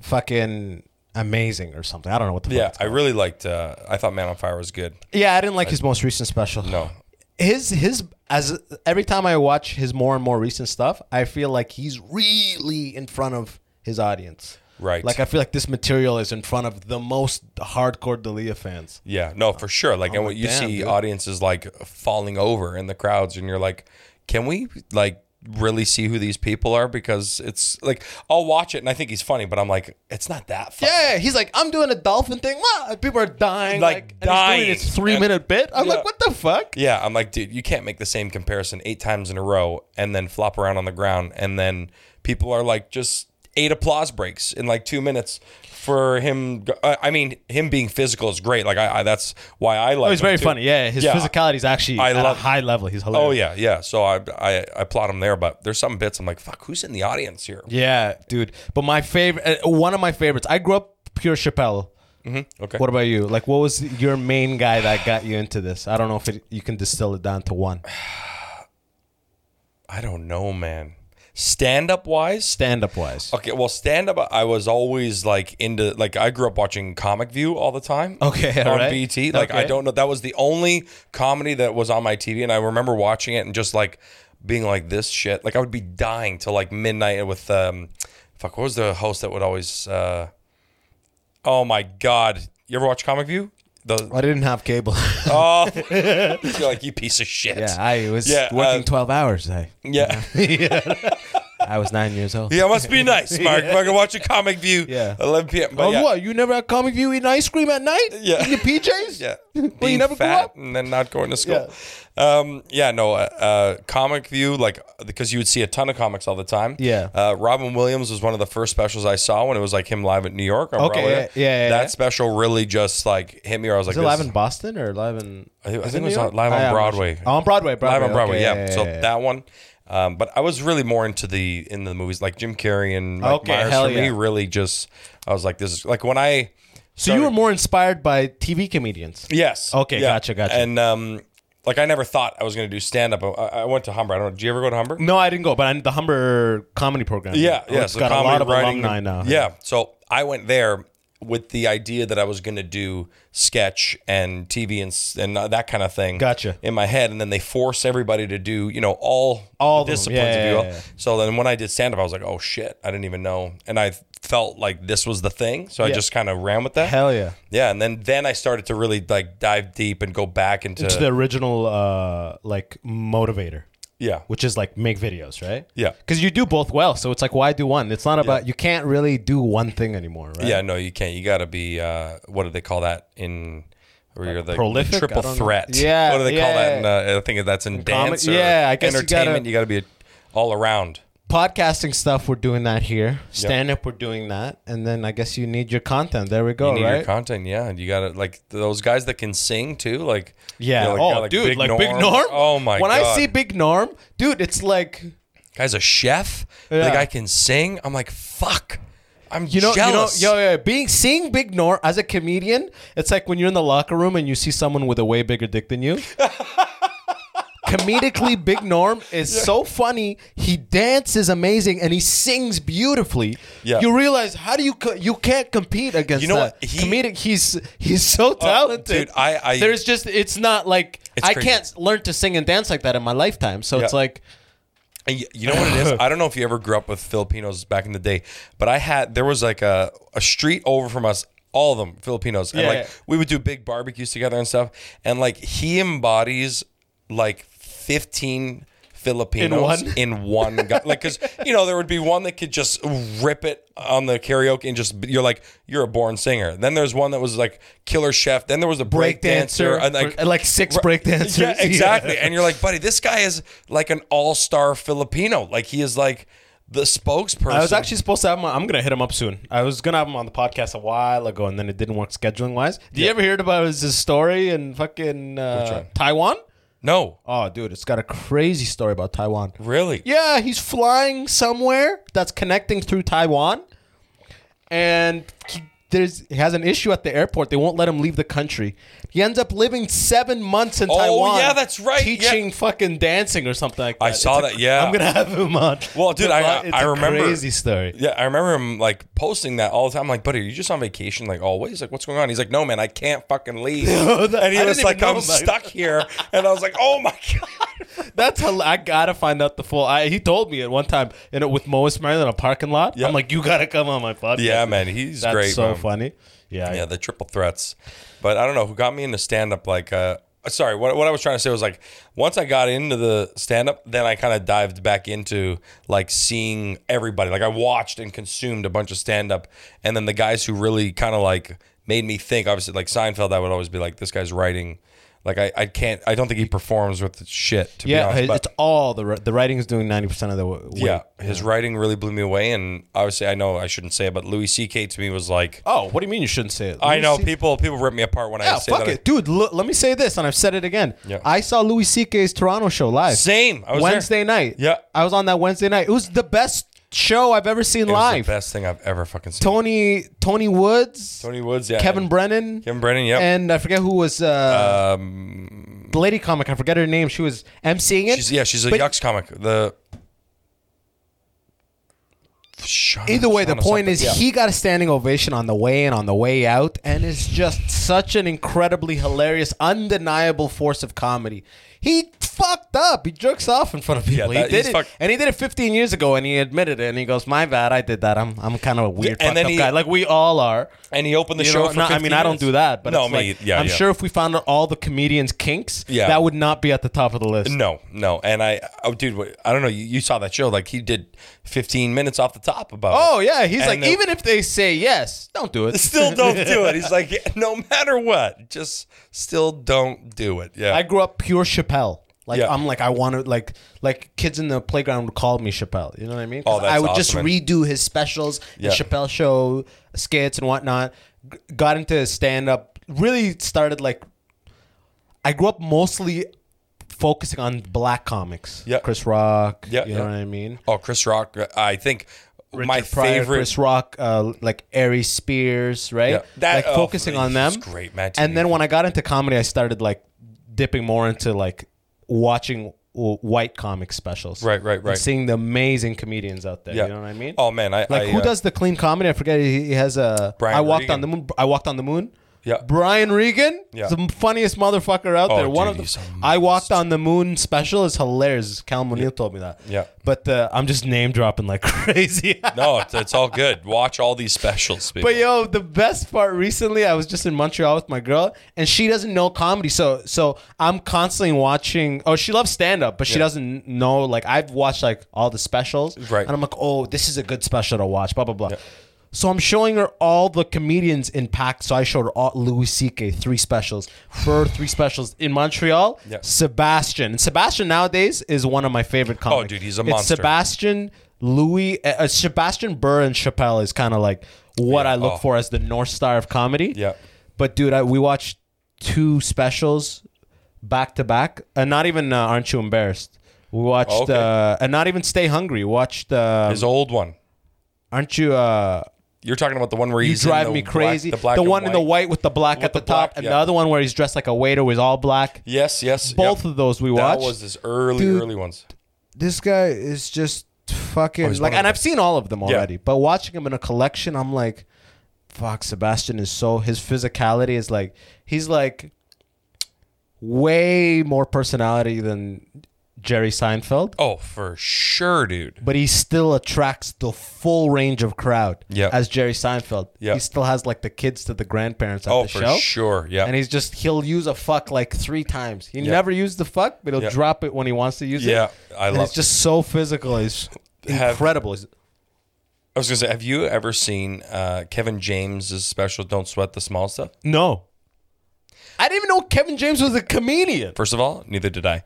D: fucking amazing or something. I don't know what the fuck
C: yeah,
D: it's
C: I really liked. Uh, I thought Man on Fire was good.
D: Yeah, I didn't like his most recent special.
C: No.
D: His his as every time I watch his more and more recent stuff, I feel like he's really in front of his audience.
C: Right.
D: Like I feel like this material is in front of the most hardcore Dalia fans.
C: Yeah, no, for sure. Like, and what
D: like,
C: you
D: Oh, damn,
C: see,
D: dude.
C: audiences like falling over in the crowds, and you're like, can we like really see who these people are? Because it's like I'll watch it and I think he's funny, but I'm like, it's not that funny.
D: Yeah, he's like, I'm doing a dolphin thing. Wow, people are dying.
C: Like,
D: and he's doing
C: dying.
D: this three minute bit. I'm
C: Yeah.
D: like, what the fuck?
C: Yeah, I'm like, dude, you can't make the same comparison eight times in a row and then flop around on the ground and then people are like just eight applause breaks in like two minutes for him. go- I I mean, him being physical is great. Like, I, I that's why I like.
D: Oh, he's
C: him,
D: very
C: too.
D: funny. Yeah, his
C: Yeah.
D: physicality is actually
C: I
D: at
C: love-
D: a high level. He's hilarious.
C: Oh yeah, yeah. So I I I applaud him there, but there's some bits I'm like, fuck, who's in the audience here?
D: yeah, dude. But my favorite, uh, one of my favorites. I grew up pure Chappelle.
C: Mm-hmm. Okay.
D: What about you? Like, what was your main guy that got you into this? I don't know if it, you can distill it down to one.
C: I don't know, man. Stand up wise.
D: Stand up wise.
C: Okay, well, stand up. I was always like into like I grew up watching Comic View all the time.
D: Okay, all
C: on
D: right.
C: BT. Like I
D: Okay.
C: don't know. That was the only comedy that was on my TV, and I remember watching it and just like being like this shit. Like I would be dying till like midnight with um, fuck. What was the host that would always? uh Oh my god! You ever watch Comic View? The
D: I didn't have cable.
C: Oh, you're like you piece of shit.
D: yeah, I was
C: Yeah,
D: working
C: uh,
D: 12 hours. I,
C: yeah.
D: I was nine years old.
C: Yeah, it must be nice, Mark. If I can watch a comic view.
D: Yeah.
C: 11 p.m. But
D: Oh,
C: yeah,
D: what? You never had Comic View eating ice cream at night?
C: Yeah.
D: In your PJs?
C: Yeah.
D: Well, you never grew
C: fat
D: up?
C: and then not going to school. Yeah. Um, yeah, no, uh, uh, comic view, like, because you would see a ton of comics all the time.
D: Yeah.
C: Uh, Robin Williams was one of the first specials I saw when it was like him live at New York. on
D: Okay,
C: Broadway.
D: yeah, yeah, yeah,
C: That
D: yeah.
C: special really just like hit me where I was
D: Is
C: like,
D: it live
C: this-
D: in Boston or live in.
C: I think- I
D: is
C: think it
D: New
C: was on-
D: York?
C: live on
D: I am not
C: Broadway.
D: sure. Oh, on Broadway, Broadway.
C: Live on Broadway,
D: okay,
C: yeah. So
D: yeah.
C: that one. Um, but I was really more into the in the movies like Jim Carrey and Mike
D: Okay,
C: Myers.
D: hell
C: for me,
D: yeah.
C: really just I was like, this is like when I.
D: So you were more inspired by TV comedians.
C: Yes.
D: Okay, gotcha, gotcha.
C: And um, like I never thought I was going to do stand up. I, I went to Humber. I don't. know. Did you ever go to Humber?
D: No, I didn't go, but I'm the Humber comedy program.
C: Yeah,
D: It's
C: yeah. so
D: got a
C: comedy
D: lot of
C: writing-
D: alumni now.
C: Yeah. So I went there with the idea that I was going to do sketch and TV and s- and uh, that kind of thing.
D: Gotcha.
C: In my head, and then they force everybody to do you know all
D: All of them.
C: disciplines.
D: Yeah,
C: if you
D: yeah,
C: will.
D: yeah, yeah.
C: So then when I did stand up, I was like, oh shit, I didn't even know, and I felt like this was the thing. So I
D: Yeah.
C: just kind of ran with that.
D: Hell yeah.
C: Yeah, and then then I started to really like dive deep and go back into,
D: to the original uh like motivator
C: yeah
D: which is like make videos right
C: Yeah.
D: because you do both well so it's like why do one it's not about you can't really do one thing anymore right
C: Yeah, no, you can't. You got to be. Uh, what do they call that in? Where you're the,
D: prolific?
C: the
D: I
C: triple
D: don't know.
C: threat.
D: Yeah,
C: What do they call
D: yeah.
C: that? In, uh, I think that's in,
D: comi-
C: dance. or
D: yeah, I guess you gotta-
C: entertainment. You got to be a, all around.
D: podcasting stuff we're doing that here stand up we're doing that and then i guess you need your content there we go
C: You need
D: Oh, right
C: your content. Yeah, and you got to like those guys that can sing too. Like
D: yeah
C: you know, like,
D: oh
C: got,
D: dude like big
C: Norm.
D: norm
C: Oh my
D: when
C: god.
D: i see big norm dude it's like
C: guy's a chef.
D: Yeah.
C: The guy can sing. I'm like fuck. I'm
D: you know,
C: jealous.
D: you know, yo, yo, being seeing Big Norm as a comedian, it's like when you're in the locker room and you see someone with a way bigger dick than you. Comedically, Big Norm is so funny. He dances amazing and he sings beautifully.
C: Yeah.
D: You realize how do you co- you can't compete against
C: You know
D: that.
C: what? He- Oh,
D: comedic. He's he's so talented.
C: dude, I- I-
D: there's just it's not like
C: It's
D: I
C: crazy.
D: can't learn to sing and dance like that in my lifetime. So it's
C: Yeah.
D: like
C: And y- you know what it is? I don't know if you ever grew up with Filipinos back in the day, but I had there was like a, a street over from us, all of them Filipinos, and
D: Yeah,
C: like
D: yeah.
C: we would do big barbecues together and stuff. And like he embodies like fifteen Filipinos
D: one?
C: in one guy, like because you know there would be one that could just rip it on the karaoke and just you're like you're a born singer. Then there's one that was like killer chef. Then there was a breakdancer,
D: breakdancer,
C: and
D: like, like six breakdancers.
C: yeah, exactly. And you're like, buddy, this guy is like an all star Filipino. Like he is like The spokesperson.
D: I was actually supposed to have him. On, I'm gonna hit him up soon. I was gonna have him on the podcast a while ago, and then it didn't work scheduling wise. Did you ever hear about his, his story in fucking uh, Taiwan?
C: no,
D: Oh, dude, it's got a crazy story about Taiwan.
C: really.
D: Yeah, he's flying somewhere that's connecting through Taiwan, and he, there's he has an issue at the airport. They won't let him leave the country. He ends up living seven months in
C: Oh,
D: Taiwan.
C: yeah, that's right, yeah.
D: Teaching fucking dancing or something like that.
C: I saw
D: It's a-
C: that, yeah.
D: I'm gonna have him on.
C: Well, dude, I-
D: It's
C: I
D: a
C: remember-
D: crazy story.
C: Yeah, I remember him like posting that all the time. I'm like, buddy, are you just on vacation like always? Like, what's going on? He's like, no, man, I can't fucking leave.
D: that-
C: and he
D: I
C: was
D: didn't
C: like,
D: even know
C: I'm
D: about it.
C: stuck here. And I was like, oh my god.
D: That's how I gotta find out the full. I, he told me at one time, you know, with Mo Ismail in a parking lot.
C: Yeah.
D: I'm like, you gotta come on my podcast.
C: Yeah, man, he's
D: that's
C: great.
D: so
C: man.
D: funny. Yeah,
C: Yeah, the triple threats. But I don't know who got me into stand up. Like, uh, sorry, what, what I was trying to say was like, once I got into the stand up, then I kind of dived back into like seeing everybody. Like, I watched and consumed a bunch of stand up. And then the guys who really kind of like made me think, obviously, like Seinfeld, I would always be like, this guy's writing. Like, I, I can't, I don't think he performs with the shit, to
D: yeah.
C: be honest.
D: it-
C: but-
D: it's all the ri- the writing's doing ninety percent of the w- weight.
C: yeah, his writing really blew me away, and obviously I know I shouldn't say it, but Louis C.K. to me was like,
D: Oh, what do you mean you shouldn't say it?
C: I
D: Louis
C: know
D: C-
C: people people rip me apart when
D: Yeah,
C: I say
D: fuck
C: that. I-
D: it, dude. Look, let me say this, and I've said it again.
C: Yeah.
D: I saw Louis C.K.'s Toronto show live.
C: Same. I was there.
D: Wednesday night.
C: Yeah.
D: I was on that Wednesday night. It was the best show I've ever seen
C: It was
D: live.
C: the best thing I've ever fucking seen.
D: Tony Tony Woods.
C: Tony Woods, yeah,
D: Kevin
C: and
D: Brennan.
C: Kevin Brennan, yep. Um,
D: And I forget who was uh, the lady comic. I forget her name. She was emceeing it.
C: she's, yeah, she's a
D: But
C: Yucks comic. The Shauna-
D: Either way, the
C: Shauna
D: point
C: something,
D: is
C: yeah.
D: he got a standing ovation on the way in, on the way out, and is just such an incredibly hilarious, undeniable force of comedy. He fucked up. He jerks off in front of people.
C: that-
D: he did
C: he's
D: it,
C: fuck-
D: and he did it 15 years ago, and he admitted it. And he goes, "My bad, I did that. I'm, I'm kind of a weird,
C: And
D: fucked
C: then
D: up
C: he-
D: guy, like we all are."
C: and he opened the
D: You
C: show.
D: know,
C: for
D: no, I
C: 15
D: mean, I don't
C: minutes.
D: do that, but
C: no,
D: it's
C: me,
D: like,
C: yeah,
D: I'm
C: yeah.
D: sure if we found out all the comedians' kinks,
C: Yeah.
D: that would not be at the top of the list.
C: No, no, and I, oh, dude, what- I don't know. You, you saw that show? Like he did 15 minutes off the top about.
D: Oh
C: it.
D: yeah, he's
C: And
D: like,
C: the-
D: even if they say yes, don't do it.
C: still don't do it. He's like, "Yeah, no matter what, just still don't do it. Yeah,
D: I grew up pure Chappelle. Like
C: Yeah.
D: I'm like I want to like like kids in the playground would call me Chappelle. You know what I mean? 'Cause
C: Oh, that's
D: I would just
C: awesome, man.
D: redo his specials,
C: Yeah.
D: the Chappelle show skits and whatnot. G- got into stand up. Really started like I grew up mostly focusing on black comics.
C: Yeah.
D: Chris Rock.
C: Yeah,
D: you
C: yeah.
D: know what I mean.
C: oh, Chris Rock. I think my
D: Richard Pryor,
C: favorite.
D: Chris Rock, uh, like Ari Spears, right?
C: Yeah. That-
D: like
C: oh,
D: focusing on them.
C: he's great, Matt Taibbi.
D: And then when I got into comedy, I started like dipping more into like watching w- white comic specials,
C: Right, right,
D: And
C: right.
D: seeing the amazing comedians out there.
C: yeah.
D: You know what I mean?
C: Oh man, I
D: like
C: I,
D: who
C: uh,
D: does the clean comedy? I forget. He he has a.
C: Brian
D: I walked
C: Regan.
D: on the moon. I walked on the moon.
C: Yeah.
D: Brian Regan,
C: Yeah.
D: the funniest motherfucker out
C: Oh,
D: there. One
C: dude,
D: of
C: he's
D: the,
C: a
D: I walked on the moon special is hilarious. Cal O'Neill told me that.
C: Yeah.
D: but uh, I'm just name dropping like crazy.
C: No, it's, it's all good. Watch all these specials. People.
D: But yo, the best part recently, I was just in Montreal with my girl, and she doesn't know comedy, so so I'm constantly watching. Oh, she loves stand up, but she doesn't know. Like I've watched like all the specials,
C: Right.
D: And I'm like, oh, this is a good special to watch. Blah blah blah. So I'm showing her all the comedians in pack. So I showed her all Louis C.K. three specials, her three specials in Montreal.
C: Yeah.
D: Sebastian and Sebastian nowadays is one of my favorite comics.
C: Oh, dude, he's a
D: It's
C: monster.
D: Sebastian Louis, uh, uh, Sebastian Burr and Chappelle is kind of like what I look
C: oh.
D: for as the north star of comedy.
C: Yeah.
D: But dude, I, we watched two specials back to back, and not even uh, aren't you embarrassed? We watched
C: Oh, Okay.
D: uh, and not even stay hungry. We watched uh,
C: his old one.
D: aren't you? Uh,
C: You're talking about the one where
D: you
C: he's in
D: drive
C: the
D: me
C: black-
D: crazy.
C: the black and
D: one in the white with the black
C: With
D: at the,
C: the black,
D: top, and
C: yeah.
D: the other one where he's dressed like a waiter, who is all black.
C: Yes, yes.
D: Both
C: yep.
D: of those we
C: That
D: watched.
C: was his early,
D: Dude.
C: early ones.
D: this guy is just fucking
C: he's one
D: like,
C: of
D: and
C: the
D: I've
C: best.
D: seen all of them
C: Yeah.
D: already. But watching him in a collection, I'm like, fuck, Sebastian is so his physicality is like he's like way more personality than Jerry Seinfeld.
C: Oh, for sure, dude.
D: But he still attracts the full range of crowd.
C: Yeah.
D: As Jerry Seinfeld.
C: Yeah.
D: He still has like the kids to the grandparents at
C: Oh,
D: the
C: for
D: show.
C: sure. Yeah.
D: And he's just he'll use a fuck like three times. He
C: Yeah.
D: never used the fuck, but he'll
C: Yeah.
D: drop it when he wants to use
C: Yeah,
D: it.
C: I
D: and
C: love-
D: It's just so physical. He's
C: Have-
D: incredible. He's-
C: I was gonna say, have you ever seen uh, Kevin James's special "Don't Sweat the Small Stuff"?
D: no. I didn't even know Kevin James was a comedian.
C: First of all, neither did I.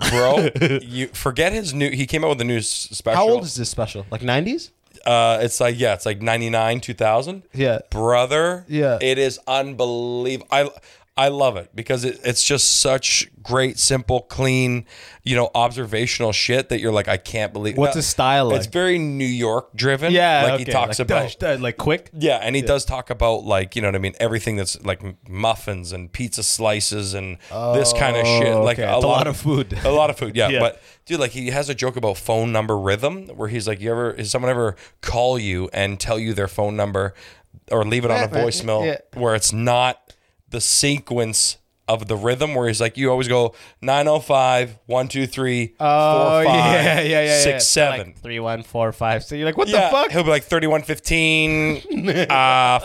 C: bro. you forget his new. He came out with a new s- special.
D: How old is this special? Like 90s?
C: Uh, it's like yeah, it's like ninety nine two thousand.
D: Yeah.
C: brother.
D: Yeah.
C: it is unbelievable. I I love it because it, it's just such great, simple, clean, you know, observational shit that you're like, I can't believe.
D: What's
C: Now,
D: his style
C: It's
D: like?
C: very New York driven. like he talks
D: like,
C: about.
D: dash, dash, like quick.
C: Yeah, and he does talk about like you know what I mean, everything that's like m- muffins and pizza slices and this kind of shit. Like
D: Oh, okay. It's a lot of food.
C: a lot of food. Yeah,
D: Yeah.
C: but dude, like he has a joke about phone number rhythm, where he's like, you ever is someone ever call you and tell you their phone number or leave it on a
D: Yeah, right.
C: voicemail
D: Yeah.
C: where it's not the sequence. Of the rhythm, where he's like, you always go 905, 123, 45,
D: Oh, yeah, yeah, yeah, yeah.
C: 67
D: Like three, one, four, five. So you're like, what
C: yeah,
D: the fuck?
C: He'll be like 3115, uh,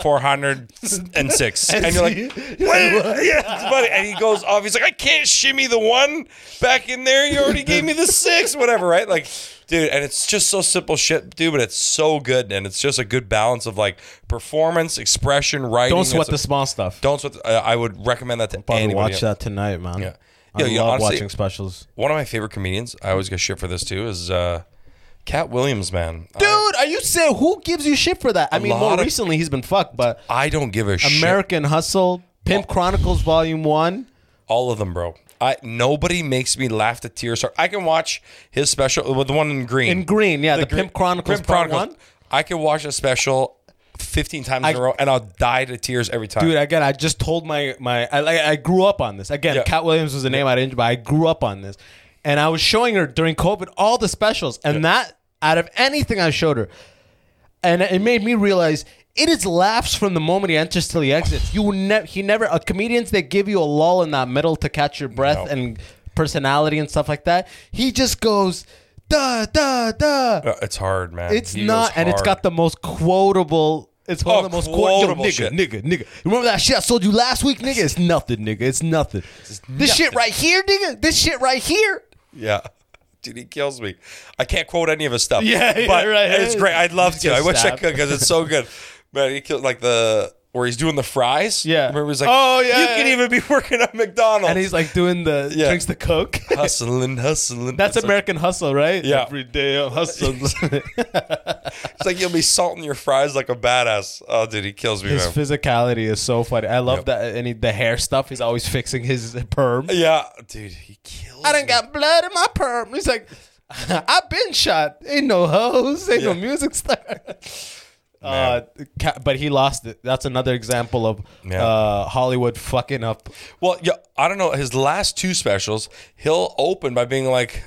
C: 406. and you're like, what? Yeah, it's funny. And he goes off. He's like, I can't shimmy the one back in there. You already gave me the six, whatever, right? Like, dude, and it's just so simple shit, dude, but it's so good. And it's just a good balance of like performance, expression, writing.
D: Don't sweat
C: It's a-
D: the small stuff.
C: Don't sweat. The, I I would recommend that to
D: Probably
C: anybody.
D: watch that tonight, man.
C: Yeah.
D: I
C: Yeah, you
D: love
C: honestly-
D: watching specials.
C: One of my favorite comedians, I always get shit for this too, is uh, Cat Williams, man.
D: Dude, are you saying who gives you shit for that? I mean, more
C: lot of-
D: recently he's been fucked, but
C: I, I don't give a shit.
D: American Hustle, Pimp Chronicles Volume One.
C: All of them, bro. I nobody makes me laugh to tears. I can watch his special with the one in green.
D: In green, yeah, the
C: green-
D: Pimp Chronicles Part One.
C: I can watch a special fifteen times in a
D: I-
C: row, and I'll die to tears every time.
D: Dude, again, I just told my my I, like, I grew up on this. Again,
C: Yeah.
D: Cat Williams was the name I didn't, but I grew up on this, and I was showing her during COVID all the specials, and that out of anything I showed her, and it made me realize it is laughs from the moment he enters till he exits. You never, he never. A comedians they give you a lull in that middle to catch your breath
C: No.
D: and personality and stuff like that. He just goes da da da.
C: Uh, it's hard, man.
D: It's not, and it's got the most quotable. It's one
C: Oh,
D: of the most
C: quotable
D: quotable. nigga,
C: shit.
D: nigga, nigga. Remember that shit I sold you last week, nigga? It's nothing, nigga. It's nothing. This shit right here, nigga. This shit right here.
C: yeah. Dude, he kills me. I can't quote any of his stuff.
D: Yeah, yeah,
C: but
D: right.
C: It's great. I'd love to.
D: Just
C: I wish I
D: stop.
C: could because it's so good. Man, he killed like the where he's doing the fries.
D: Yeah.
C: remember he's like,
D: Oh, yeah,
C: you
D: yeah,
C: could
D: yeah."
C: even be working at McDonald's.
D: And he's like doing the
C: Yeah.
D: drinks the coke.
C: hustling, hustling.
D: That's
C: hustling.
D: American hustle, right?
C: Yeah.
D: Every day I hustle.
C: It's like you'll be salting your fries like a badass. Oh, dude, he kills me,
D: his
C: man.
D: physicality is so funny. I love
C: Yep.
D: that. And he, the hair stuff. He's always fixing his perm.
C: yeah, dude, he kills.
D: I done
C: me.
D: got blood in my perm. He's like, I've been shot. Ain't no hoes. Ain't no
C: Yeah.
D: music star. Uh, ca- but he lost it. That's another example of
C: Yeah.
D: uh, Hollywood fucking up.
C: Well, yeah, I don't know. His last two specials, he'll open by being like,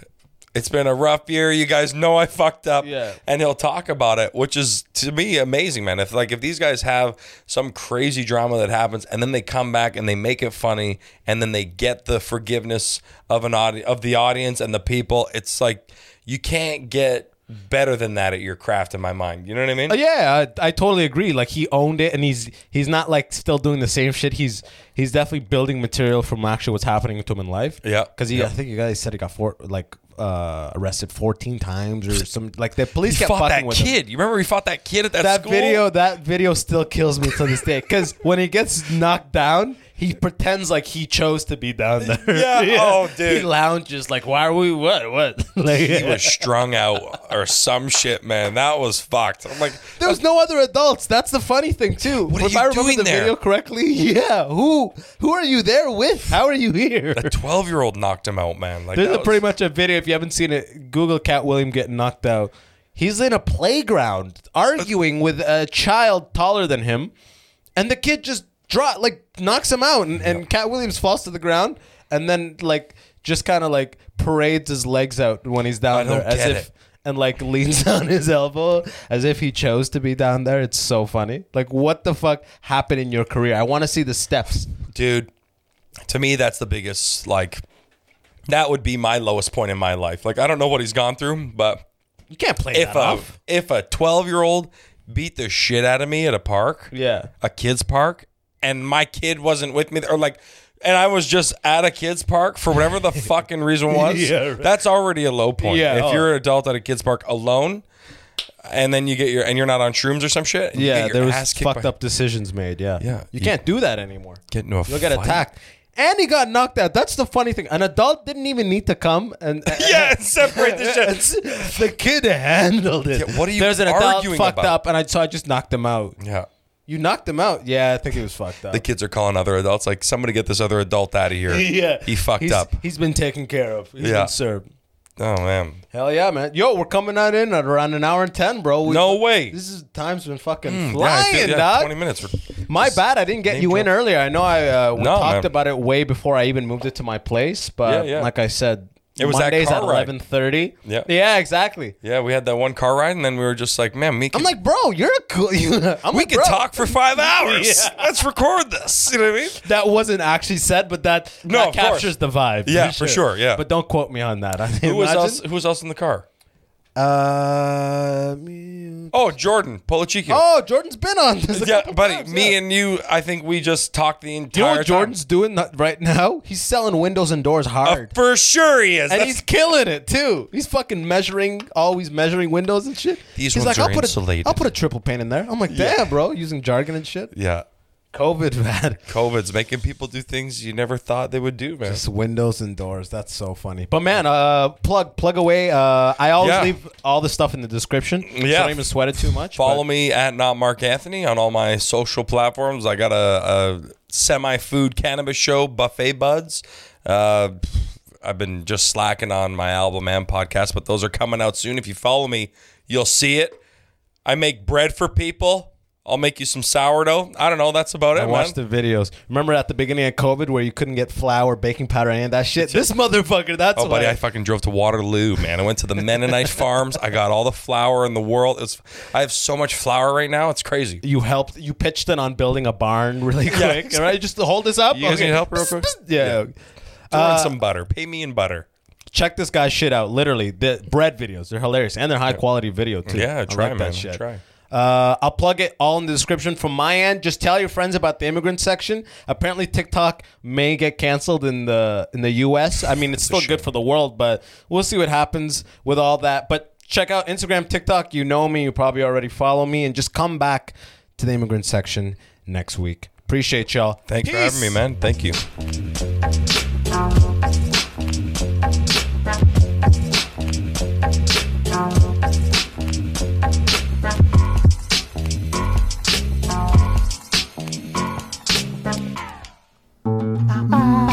C: "It's been a rough year. You guys know I fucked up."
D: Yeah.
C: and he'll talk about it, which is to me amazing, man. If like if these guys have some crazy drama that happens, and then they come back and they make it funny, and then they get the forgiveness of an audi- of the audience and the people, it's like you can't get better than that at your craft. In my mind, you know what I mean?
D: Uh, yeah, I, I totally agree. Like he owned it, and he's he's not like still doing the same shit. He's he's definitely building material from actually what's happening to him in life.
C: Yeah.
D: because he
C: Yeah.
D: I think you guys said he got four like uh, arrested fourteen times or some like the police
C: He
D: kept
C: fought that
D: fucking with him.
C: kid. You remember he fought that kid at that,
D: that
C: school?
D: video that video still kills me to this day because when he gets knocked down he pretends like he chose to be down there
C: Yeah, oh, dude.
D: he lounges like why are we what what like
C: He was strung out or some shit, man. That was fucked. I'm like,
D: there was no other adults that's the funny thing too
C: are
D: if
C: you
D: i remember
C: doing
D: the
C: there?
D: video correctly yeah who who are you there with how are you here
C: a 12 year old knocked him out, man. Like,
D: This
C: that
D: is
C: was-
D: pretty much a video. If you haven't seen it, Google Cat William getting knocked out. He's in a playground arguing with a child taller than him, and the kid just draw like knocks him out, and, and Cat Williams falls to the ground, and then like just kind of like parades his legs out when he's down
C: I don't
D: there, as
C: get
D: if
C: it.
D: and like leans on his elbow as if he chose to be down there. It's so funny. Like what the fuck happened in your career? I want to see the steps.
C: dude, to me, that's the biggest, like, that would be my lowest point in my life. Like, I don't know what he's gone through, but
D: You can't play
C: if uh,
D: that
C: a,
D: off.
C: if a 12 year old beat the shit out of me at a park,
D: Yeah.
C: a kid's park, and my kid wasn't with me, or like, and I was just at a kid's park for whatever the fucking reason was.
D: Yeah, right.
C: That's already a low point.
D: Yeah,
C: if
D: oh.
C: you're an adult at a kid's park alone, and then you get your and you're not on shrooms or some shit. and you get
D: Yeah,
C: your
D: there was
C: ass kicked
D: fucked
C: by-
D: up decisions made. Yeah,
C: Yeah,
D: You,
C: you-
D: can't do that anymore.
C: Get into a
D: You'll get
C: fight.
D: attacked. And he got knocked out. That's the funny thing. An adult didn't even need to come and
C: Yeah, separate the shit.
D: the kid handled it.
C: Yeah, what are you
D: There's an adult
C: arguing
D: fucked
C: about?
D: up, and I so I just knocked him out.
C: Yeah.
D: You knocked him out. Yeah, I think he was fucked up.
C: The kids are calling other adults like, somebody get this other adult out of here.
D: yeah,
C: He fucked
D: He's-
C: up.
D: He's been taken care of. He's
C: Yeah.
D: been served.
C: Oh, man.
D: Hell yeah, man! Yo, we're coming out in at around an hour and ten, bro. We-
C: No way.
D: This is time's been fucking
C: Yeah, I
D: flying,
C: feel- yeah,
D: dog.
C: 20 minutes.
D: My bad, I didn't get
C: name
D: you in
C: drop.
D: earlier. I know I uh, we
C: No,
D: talked
C: man.
D: about it way before I even moved it to my place, but
C: Yeah, yeah.
D: like I said,
C: It was that
D: Mondays
C: car
D: at
C: ride.
D: eleven thirty.
C: Yeah.
D: yeah, exactly.
C: Yeah, we had that one car ride, and then we were just like, man, we can,
D: I'm like, bro, you're a cool. I'm
C: we
D: like,
C: can
D: bro,
C: talk for five hours. Let's record this. You know what I mean?
D: That wasn't actually said, but that,
C: No,
D: that
C: of course.
D: captures the vibe.
C: Yeah, for sure, yeah.
D: but don't quote me on that. I
C: Who was,
D: imagine.
C: else, who was else in the car?
D: Uh, me-
C: Oh, Jordan Polichikio.
D: oh, Jordan's been on this. a
C: yeah,
D: couple
C: buddy.
D: times,
C: me
D: yeah.
C: and you, I think we just talked the entire
D: you know what
C: time.
D: Jordan's doing not- right now? He's selling windows and doors
C: Uh,
D: hard.
C: for sure he is.
D: and
C: That's-
D: he's killing it too. He's fucking measuring, always measuring windows and shit.
C: These
D: he's
C: ones
D: like,
C: are
D: I'll put
C: insulated."
D: A, I'll put a triple pane in there. I'm like, damn, bro, using jargon and shit.
C: yeah.
D: COVID, man.
C: COVID's making people do things you never thought they would do, man.
D: It's windows and doors. That's so funny. But man, uh, plug plug away. Uh, I always
C: Yeah.
D: leave all the stuff in the description.
C: Yeah.
D: so don't even sweat it too much.
C: Follow
D: but-
C: me at not Mark Anthony on all my social platforms. I got a, a semi food cannabis show, Buffet Buds. Uh, I've been just slacking on my album and podcast, but those are coming out soon. If you follow me, you'll see it. I make bread for people. I'll make you some sourdough. I don't know. That's about it,
D: I
C: man.
D: watched the videos. Remember at the beginning of COVID where you couldn't get flour, baking powder, any of that shit? This motherfucker, that's
C: Oh,
D: what
C: buddy, I fucking drove to Waterloo, man. I went to the Mennonite farms. I got all the flour in the world. It's, I have so much flour right now. It's crazy.
D: you helped you pitched in on building a barn really quick. All right, just to hold this up.
C: You guys need help real quick?
D: yeah.
C: Throw
D: Uh,
C: in some butter. Pay me in butter.
D: Check this guy's shit out. Literally, the bread videos. They're hilarious and they're high quality video too.
C: Yeah,
D: I
C: try, man.
D: like That shit.
C: Try.
D: Uh, I'll plug it all in the description from my end. Just tell your friends about the immigrant section. Apparently, TikTok may get canceled in the in the U.S. I mean, it's still good for the world, but we'll see what happens with all that. But check out Instagram, TikTok. You know me. You probably already follow me, and just come back to the immigrant section next week. Appreciate y'all.
C: Thanks for having me,
D: Peace.
C: man. Thank you.